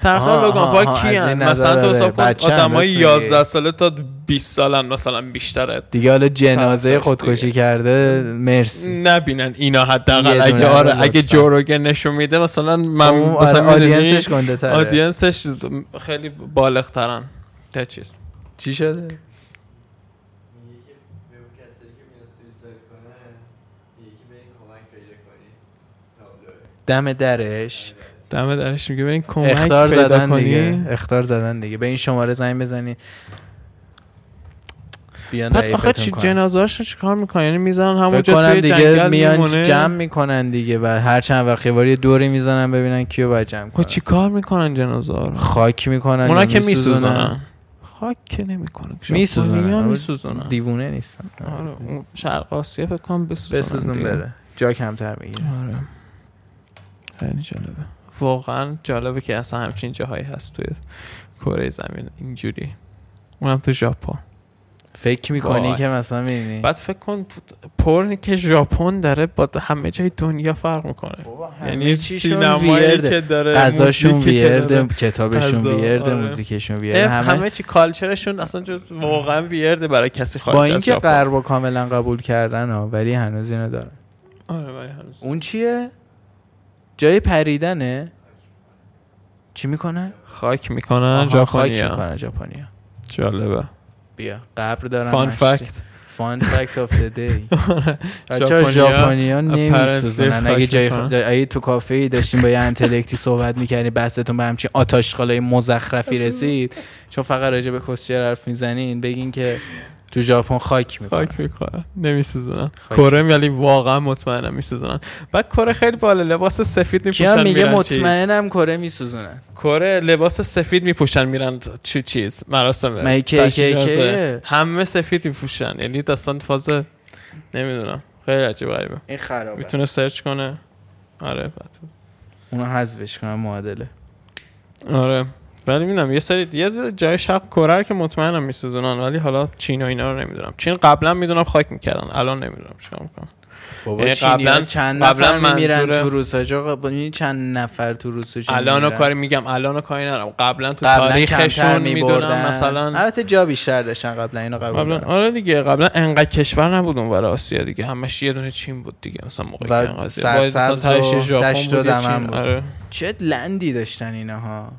Speaker 2: طرفدار
Speaker 1: آها،
Speaker 2: لوگان پال
Speaker 1: آها، از
Speaker 2: کیان
Speaker 1: این
Speaker 2: مثلا تو
Speaker 1: نظره.
Speaker 2: حساب کن
Speaker 1: بچه‌ن،
Speaker 2: آدمای
Speaker 1: راست
Speaker 2: 11
Speaker 1: میگی.
Speaker 2: ساله تا 20 سالن مثلا بیشتره
Speaker 1: دیگه حالا جنازه
Speaker 2: طرفدارش
Speaker 1: خودکشی
Speaker 2: خب، دیگه.
Speaker 1: کرده مرسی
Speaker 2: نبینن اینا
Speaker 1: یه
Speaker 2: حداقل
Speaker 1: دونه
Speaker 2: اگه
Speaker 1: رو
Speaker 2: آره
Speaker 1: لطفاً.
Speaker 2: اگه جوروگن نشون میده مثلا من
Speaker 1: اون آره،
Speaker 2: مثلا می‌دونی،
Speaker 1: آدینسش گنده تره
Speaker 2: آدینسش خیلی بالغ ترن تا چیز
Speaker 1: چی شده
Speaker 3: یکی به اون کسایی که میان سویساید کنن یکی به این کمک پیدا کنی تابلوه آره.
Speaker 1: دم درش
Speaker 2: دم درش میگه برین کمک
Speaker 1: اختار
Speaker 2: پیدا
Speaker 1: زدن
Speaker 2: کنی.
Speaker 1: دیگه اختار زدن دیگه به این شماره زنگ بزنی بیان
Speaker 2: بعد آخه چی
Speaker 1: رئیفتون کنن.
Speaker 2: جنازه هاشو چیکار میکنن یعنی میزنن
Speaker 1: فکر
Speaker 2: همونجا
Speaker 1: کنم
Speaker 2: توی
Speaker 1: دیگه
Speaker 2: جنگل
Speaker 1: میان
Speaker 2: میمونه
Speaker 1: جمع میکنن دیگه و هر چند وقت یه بار یه دوری میزنن ببینن کیو باید جمع
Speaker 2: خب
Speaker 1: کنن
Speaker 2: چیکار میکنن جنازه ها رو
Speaker 1: خاک میکنن
Speaker 2: اونا
Speaker 1: یا
Speaker 2: که
Speaker 1: خب، می‌سوزونن.
Speaker 2: میسوزونن خاک که نمیکنه
Speaker 1: میسوزونن. آره،
Speaker 2: میسوزونن
Speaker 1: دیوونه نیستن
Speaker 2: آره اون شرق آسیا فکر کنم بسوزونن
Speaker 1: بسوزون
Speaker 2: دیگه.
Speaker 1: بره جا کمتر میگیره
Speaker 2: آره خیلی جالبه واقعا جالبه که اصلا همچین جاهایی هست توی کره زمین اینجوری اونم تو ژاپن
Speaker 1: فکر میکنی
Speaker 2: وای.
Speaker 1: که مثلا میبینی
Speaker 2: بعد فکر کن پرنی که ژاپن داره با همه جای دنیا فرق میکنه
Speaker 1: خب،
Speaker 2: یعنی سینمایی که داره
Speaker 1: غذاشون
Speaker 2: موسیقی که داره.
Speaker 1: ویرده کتابشون
Speaker 2: غذا،
Speaker 1: ویرده
Speaker 2: آره.
Speaker 1: موزیکشون
Speaker 2: اه،
Speaker 1: ویرده همه
Speaker 2: همه چی کالچرشون اصلا جز واقعا ویرده برای کسی خارج
Speaker 1: با
Speaker 2: از
Speaker 1: اینکه
Speaker 2: ژاپن.
Speaker 1: غربا کاملا قبول کردن ها ولی هنوز اینو دارن
Speaker 2: آره ولی هنوز.
Speaker 1: اون چیه جای پریدنه چی میکنه
Speaker 2: خاک میکنن ژاپنیا
Speaker 1: میکنه ژاپنیا
Speaker 2: جالبه
Speaker 1: بیا قبر دارن
Speaker 2: فان
Speaker 1: هشت.
Speaker 2: فکت
Speaker 1: فان فکت آف دی دی
Speaker 2: ژاپنیا
Speaker 1: بچه‌ها ژاپنیا نمیسوزونن
Speaker 2: apparently
Speaker 1: اگه
Speaker 2: خاک
Speaker 1: جای خ-
Speaker 2: می‌کنن.
Speaker 1: جای- اگه تو کافه ای داشتیم با یه انتلکتی صحبت میکردی بحثتون به همچین آتاشخالای مزخرفی رسید چون فقط راجع به کسچر حرف میزنین بگین که تو ژاپن خاک میکنن
Speaker 2: خاک میکنن نمیسوزونن
Speaker 1: خاک.
Speaker 2: کره ولی واقعا مطمئنم میسوزونن بعد کره خیلی بالا لباس سفید
Speaker 1: کیا
Speaker 2: میپوشن
Speaker 1: میگه
Speaker 2: میرن چیز.
Speaker 1: مطمئنم کره میسوزونن
Speaker 2: کره لباس سفید میپوشن میرن چی چیز مراسم
Speaker 1: مگه کی- کی-
Speaker 2: تجهیزات.
Speaker 1: کیه؟
Speaker 2: همه سفید میپوشن یعنی داستان فاز نمیدونم خیلی عجیب غریبه
Speaker 1: این خرابه
Speaker 2: میتونه سرچ کنه آره بعد
Speaker 1: اونو حذفش کنم معادله
Speaker 2: آره ولی میدونم یه سری یه ز- جای شرق کره رو که مطمئنم میسوزونن ولی حالا چین و اینا رو نمیدونم چین قبلا میدونم خاک میکردن الان نمیدونم چیکار میکنن
Speaker 1: بابا
Speaker 2: یعنی
Speaker 1: چینی
Speaker 2: قبلاً-
Speaker 1: چند
Speaker 2: قبلاً
Speaker 1: نفر میمیرن
Speaker 2: منظوره-
Speaker 1: تو روساج آقا ببینی چند نفر تو روساج
Speaker 2: الانو
Speaker 1: میمیرن.
Speaker 2: کاری میگم الانو کاری ندارم قبلا تو
Speaker 1: قبلاً کمتر
Speaker 2: تاریخشون میدونم
Speaker 1: می‌بردن. آره.
Speaker 2: مثلا
Speaker 1: البته جا بیشتر داشتن قبلا اینو قبول
Speaker 2: قبلا
Speaker 1: دارم.
Speaker 2: آره دیگه قبلا انقدر کشور نبود اونور آسیا دیگه همش یه دونه چین بود دیگه مثلا موقع
Speaker 1: و
Speaker 2: که قضیه.
Speaker 1: سرسبز
Speaker 2: باید مثلا تهش
Speaker 1: و
Speaker 2: ژاپن
Speaker 1: دشت و
Speaker 2: بود یه چین.
Speaker 1: دمن بود.
Speaker 2: آره
Speaker 1: چه لندی داشتن اینها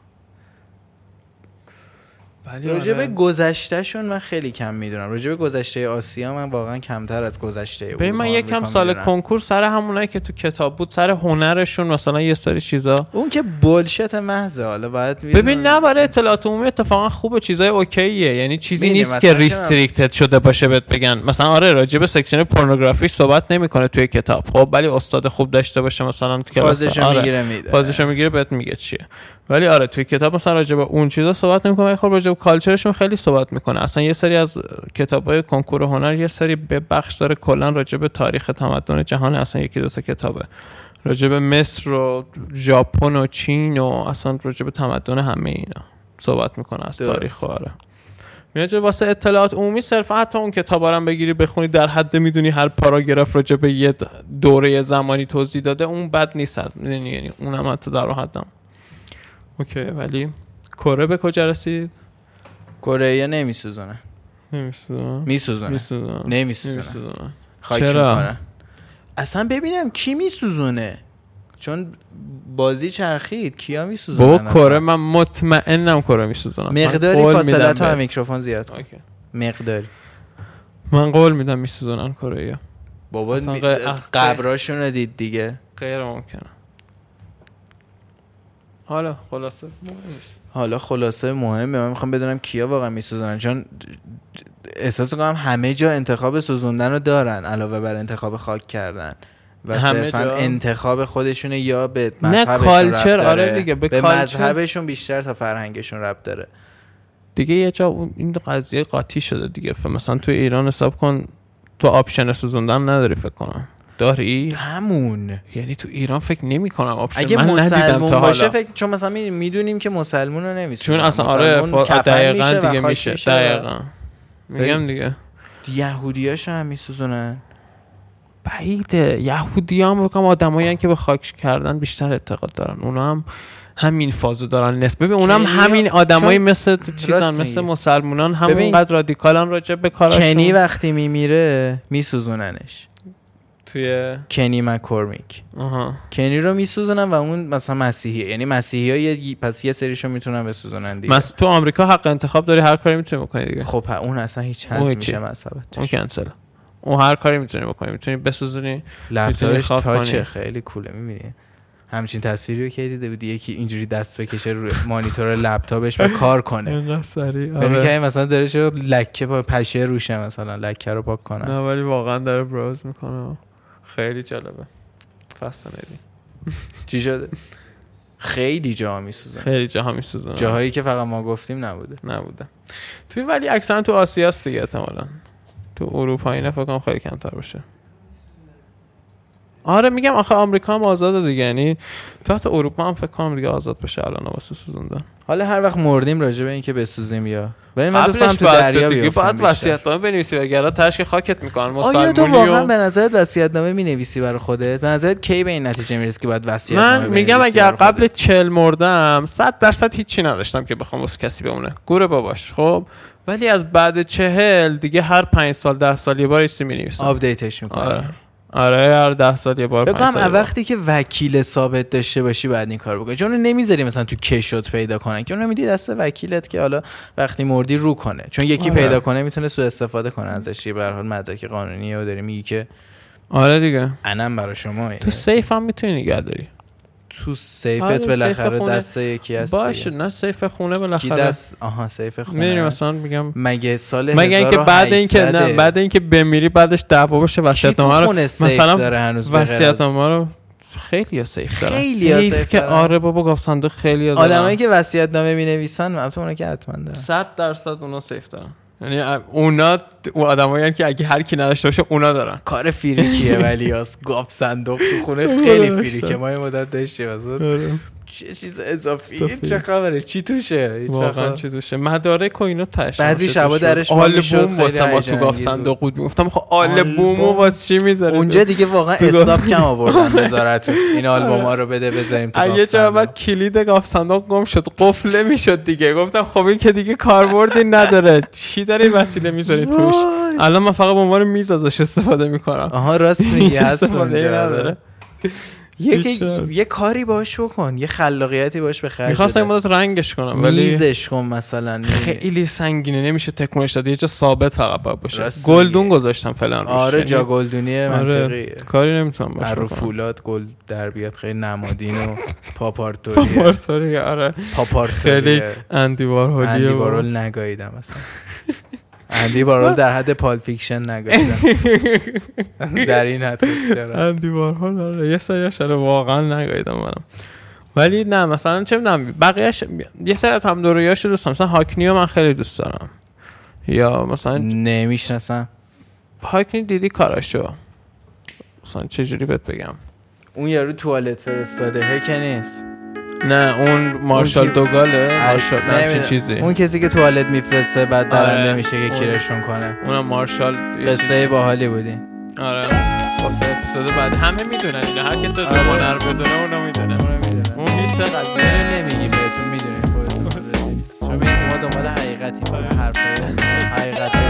Speaker 2: ولی
Speaker 1: راجع به
Speaker 2: آره.
Speaker 1: گذشتهشون من خیلی کم میدونم راجع به گذشته آسیا من واقعا کمتر از گذشته
Speaker 2: ببین
Speaker 1: اروپا
Speaker 2: من یکم
Speaker 1: آمریکا
Speaker 2: سال
Speaker 1: می‌دونم.
Speaker 2: کنکور سر همونایی که تو کتاب بود سر هنرشون مثلا یه سری چیزا
Speaker 1: اون که بلشت محضه حالا باید
Speaker 2: ببین نه برای اطلاعات عمومی اتفاقا خوبه چیزای اوکیه یعنی چیزی
Speaker 1: می‌دونی
Speaker 2: نیست
Speaker 1: مثلا
Speaker 2: که
Speaker 1: چه
Speaker 2: ریستریکتد شده باشه بهت بگن مثلا آره راجع به سکشن پورنوگرافی صحبت نمیکنه توی کتاب خب ولی استاد خوب داشته باشه مثلا تو کلاس
Speaker 1: فازشو
Speaker 2: آره.
Speaker 1: میگیره میده
Speaker 2: فازشو میگیره بهت میگه چیه ولی آره توی کتاب مثلا راجع به اون چیزا صحبت نمیکنه ولی خب راجع به کالچرشون خیلی صحبت میکنه اصلا یه سری از کتابای کنکور هنر یه سری به بخش داره کلا راجع به تاریخ تمدن جهان اصلا یکی دو تا کتابه راجع به مصر و ژاپن و چین و اصلا راجع به تمدن همه اینا صحبت میکنه از
Speaker 1: درست.
Speaker 2: تاریخ و آره میاد جلو واسه اطلاعات عمومی صرفا حتی اون کتابا رو هم بگیری بخونی در حد میدونی هر پاراگراف راجع به یه دوره زمانی توضیح داده اون بد نیست میدونی یعنی اونم حتی در اون حدم اوکی ولی کره به کجا رسید
Speaker 1: کره نمیسوزونه
Speaker 2: نمی‌سوزونم.
Speaker 1: میسوزونه
Speaker 2: می‌سوزونم.
Speaker 1: نمیسوزونه
Speaker 2: نمی‌سوزونم.
Speaker 1: خاک
Speaker 2: چرا؟
Speaker 1: می‌کنن. اصلا ببینم کی میسوزونه چون بازی چرخید کیا میسوزونه
Speaker 2: بابا کره من مطمئنم کره میسوزونم
Speaker 1: مقداری فاصله تو هم میکروفون زیاد کن. مقداری
Speaker 2: من قول میدم میسوزونن کره یا
Speaker 1: بابا
Speaker 2: اصلا
Speaker 1: می-
Speaker 2: غ- اخ-
Speaker 1: قبراشون رو دید دیگه
Speaker 2: غیر ممکنه حالا خلاصه مهم نیست.
Speaker 1: حالا خلاصه مهمه من میخوام بدونم کیا واقعا میسوزونن چون احساس کنم همه جا انتخاب سوزوندن رو دارن علاوه بر انتخاب خاک کردن و
Speaker 2: همه
Speaker 1: صرفا
Speaker 2: جا؟
Speaker 1: انتخاب خودشونه یا به
Speaker 2: نه،
Speaker 1: مذهبشون
Speaker 2: کالچر،
Speaker 1: ربط داره.
Speaker 2: آره دیگه، به
Speaker 1: به,
Speaker 2: کالچر.
Speaker 1: مذهبشون بیشتر تا فرهنگشون ربط داره
Speaker 2: دیگه یه جا اون- این قضیه قاطی شده دیگه ف- مثلا تو ایران حساب کن تو آپشن سوزوندن نداری فکر کنم داری
Speaker 1: همون
Speaker 2: یعنی تو ایران فکر نمی کنم آپشن
Speaker 1: اگه
Speaker 2: من ندیدم
Speaker 1: مسلمون
Speaker 2: تا
Speaker 1: باشه
Speaker 2: حالا
Speaker 1: فکر چون مثلا می- میدونیم که مسلمون رو نمیسوزن
Speaker 2: چون اصلا آره فا- دقیقا دیگه میشه
Speaker 1: دقیقا
Speaker 2: دقیقا میگم دیگه
Speaker 1: یهودیاشو هم میسوزونن
Speaker 2: بعیده یهودی هم بکنم آدمایی که به خاک کردن بیشتر اعتقاد دارن اونا هم همین فازو دارن نسبت ببین اونا هم
Speaker 1: کنی-
Speaker 2: همین آدمایی
Speaker 1: چون-
Speaker 2: مثل چیزن
Speaker 1: راست
Speaker 2: مثل
Speaker 1: میگی.
Speaker 2: مسلمونان هم
Speaker 1: ببین-
Speaker 2: اونقدر رادیکالن راجع به
Speaker 1: کنی
Speaker 2: کاراشون
Speaker 1: وقتی میمیره میسوزوننش
Speaker 2: توی
Speaker 1: کنی مکورمیک
Speaker 2: آها
Speaker 1: کنی رو میسوزونن و اون مثلا مسیحیه یعنی مسیحی ها یه... پس یه سریشو میتونن بسوزونن دیگه
Speaker 2: مس... تو آمریکا حق انتخاب داری هر کاری میتونی بکنی دیگه
Speaker 1: خب ها، اون اصلا هیچ
Speaker 2: اون
Speaker 1: هز
Speaker 2: هیچی.
Speaker 1: میشه مذهبت
Speaker 2: اون کنسل اون هر کاری میتونی بکنی میتونی بسوزونی می‌تونی
Speaker 1: لپتاپش
Speaker 2: خواب کنی.
Speaker 1: تاچه خیلی کوله میبینی همچین تصویری رو که دیده بودی یکی اینجوری دست بکشه روی مانیتور لپتاپش و کار کنه
Speaker 2: اینقدر سریع
Speaker 1: فکر می‌کنی مثلا داره چه لکه پا پشه روشه مثلا لکه رو پاک کنه
Speaker 2: نه ولی واقعا داره براوز میکنه خیلی جالبه فسنیدی
Speaker 1: چی شده خیلی جا میسوزن
Speaker 2: خیلی جاها میسوزونه
Speaker 1: جاهایی که فقط ما گفتیم نبوده
Speaker 2: نبوده توی ولی اکثرا تو آسیا است دیگه احتمالا تو اروپا اینا فکر کنم خیلی کمتر باشه آره میگم آخه آمریکا هم آزاده دیگه یعنی تا حتی اروپا هم فکر کنم دیگه آزاد بشه الان واسه سوزوندن
Speaker 1: حالا هر وقت مردیم راجع به اینکه بسوزیم یا ولی من دوست دارم
Speaker 2: قبلش
Speaker 1: تو
Speaker 2: باید
Speaker 1: دریا
Speaker 2: به دیگه
Speaker 1: بیافتم
Speaker 2: باید
Speaker 1: بیشتر.
Speaker 2: وصیت‌نامه بنویسی وگرنه تشک خاکت میکنن
Speaker 1: آیا تو واقعا به
Speaker 2: مسلمونی و-
Speaker 1: نظرت وصیت‌نامه می‌نویسی برای خودت؟ به نظرت کی به این نتیجه میرسی که باید وصیت‌نامه
Speaker 2: من
Speaker 1: بنویسی
Speaker 2: میگم اگر
Speaker 1: برای خودت؟
Speaker 2: قبل چل مردم 100 درصد هیچی نداشتم که بخوام واسه کسی بمونه گوره باباش خب ولی از بعد چهل دیگه هر پنج سال ده سال یه بار یه چیزی می‌نویسم.
Speaker 1: آپدیتش می‌کنی.
Speaker 2: آره آره هر ده سال یه بار
Speaker 1: فکر
Speaker 2: پنج
Speaker 1: کنم
Speaker 2: سال یه
Speaker 1: از
Speaker 2: بار.
Speaker 1: وقتی که وکیل ثابت داشته باشی بعد این کار بکنی چون اونو نمیذاری مثلا تو کشوت پیدا کنن که اونو میدی دست وکیلت که حالا وقتی مردی رو کنه چون یکی
Speaker 2: آره.
Speaker 1: پیدا کنه میتونه سوء استفاده کنه ازش یه به هر حال مدرک قانونیه و داری میگی که
Speaker 2: آره دیگه
Speaker 1: انم برای شما یعنی
Speaker 2: تو سیف هم میتونی نگه داری
Speaker 1: تو
Speaker 2: آره،
Speaker 1: سیفت
Speaker 2: سیف
Speaker 1: بالاخره
Speaker 2: خونه.
Speaker 1: دست یکی هست
Speaker 2: باشه
Speaker 1: دیگه.
Speaker 2: نه سیف خونه
Speaker 1: کی
Speaker 2: بالاخره
Speaker 1: دست آها سیف
Speaker 2: میدونی
Speaker 1: خونه
Speaker 2: مثلا میگم
Speaker 1: مگه سال
Speaker 2: مگه اینکه بعد اینکه نه
Speaker 1: 1800
Speaker 2: بعد اینکه بمیری بعدش دعوا بشه
Speaker 1: کی تو
Speaker 2: وصیت‌نامه رو
Speaker 1: خونه سیف
Speaker 2: مثلا
Speaker 1: داره هنوز به غیر از-
Speaker 2: وصیت‌نامه رو خیلی ها سیف دارن
Speaker 1: خیلی ها سیف
Speaker 2: که
Speaker 1: دارن.
Speaker 2: آره بابا گفت صندوق خیلی ها
Speaker 1: آدمایی که وصیت نامه می نویسن البته اونا که حتما دارن
Speaker 2: 100 درصد اونا سیف دارن یعنی اونا او آدمایی که اگه هر کی نداشته باشه اونا دارن
Speaker 1: کار فیریکیه ولی آس گاف صندوق تو خونه خیلی فیریکه ما یه مدت داشتیم اصلا
Speaker 2: آره.
Speaker 1: چه چیز اضافی
Speaker 2: اضافی.
Speaker 1: چه خبره چی توشه هیچ
Speaker 2: واقعا
Speaker 1: وقت-
Speaker 2: چی دوشه مدارک و اینا تاش
Speaker 1: بعضی شبا درش ما می‌شد،
Speaker 2: آلبوم
Speaker 1: خیلی
Speaker 2: واسه ما تو
Speaker 1: هیجان
Speaker 2: گاف
Speaker 1: انگیز
Speaker 2: صندوق بود میگفتم خب آلبوم
Speaker 1: آلبوم.
Speaker 2: و واسه چی میذاری
Speaker 1: اونجا دیگه واقعا
Speaker 2: تو گاف. آره.
Speaker 1: استاپ کم آوردن وزارت این آلبوما رو بده بذاریم تو
Speaker 2: اگه
Speaker 1: گاف
Speaker 2: چرا
Speaker 1: صندوق.
Speaker 2: بعد کلید گاف صندوق گم شد قفل نمیشد دیگه گفتم خب این که دیگه کاربردی نداره چی داری وسیله میذاری توش
Speaker 1: وای.
Speaker 2: الان من فقط به عنوان میز ازش استفاده میکنم
Speaker 1: آها راست میگی هست
Speaker 2: استفاده
Speaker 1: اونجا آره.
Speaker 2: نداره
Speaker 1: یه
Speaker 2: بیچاره.
Speaker 1: یه کاری باش بکن یه خلاقیتی باش به خرج
Speaker 2: میخواستم این
Speaker 1: بده.
Speaker 2: مدت رنگش کنم ولی
Speaker 1: میزش کن مثلا
Speaker 2: خیلی سنگینه نمیشه تکونش داد یه جا ثابت فقط باید باشه
Speaker 1: راست میگی.
Speaker 2: گلدون گذاشتم فعلا روش
Speaker 1: آره
Speaker 2: یعنی
Speaker 1: جا گلدونی
Speaker 2: آره
Speaker 1: منطقیه
Speaker 2: کاری نمیتونم باشه
Speaker 1: هر
Speaker 2: بکنم.
Speaker 1: فولاد گل در بیاد خیلی نمادین و پاپارتوریه
Speaker 2: پاپارتوری آره خیلی
Speaker 1: پاپارتوریه
Speaker 2: اندی وارهولیه
Speaker 1: اندی
Speaker 2: و-
Speaker 1: وارول نگاهیدم اصلا اندی وارول در حد پالفیکشن نگاهیدم در این حد خیلی چرا.
Speaker 2: اندی وارهول آره یه سریش آره واقعا نگاهیدم منم ولی نه مثلا چه میدونم بقیه‌اش یه سری از همدوریاشو دوست دارم مثلا هاکنیو من خیلی دوست دارم یا مثلا
Speaker 1: نمیشناسم
Speaker 2: هاکنی دیدی کاراشو مثلا چه جوری بهت بگم
Speaker 1: اون یارو توالت فرستاده هه که نیست
Speaker 2: نه اون مارشال
Speaker 1: اون کی-
Speaker 2: دوگاله مارشال
Speaker 1: آره،
Speaker 2: نه همچین
Speaker 1: نمی‌دونم.
Speaker 2: چیزی
Speaker 1: اون کسی که توالت میفرسته بعد برنده
Speaker 2: آره.
Speaker 1: میشه که
Speaker 2: اون.
Speaker 1: کیرشون کنه
Speaker 2: اونم مارشال یه
Speaker 1: قصه باحالی بودی
Speaker 2: چیزی. آره واسه اپیزود بعد همه میدونن اینو هر کس رو
Speaker 1: آره.
Speaker 2: هنر بدونه اونو میدونه
Speaker 1: اونو می‌دونم.
Speaker 2: اون هیچ قضیه
Speaker 1: اینو نمیگی بهتون میدونیم خودتون رو بدونید. چون می‌گید که ما دنبال حقیقتیم فقط حرفای حقیقت
Speaker 2: آره. né?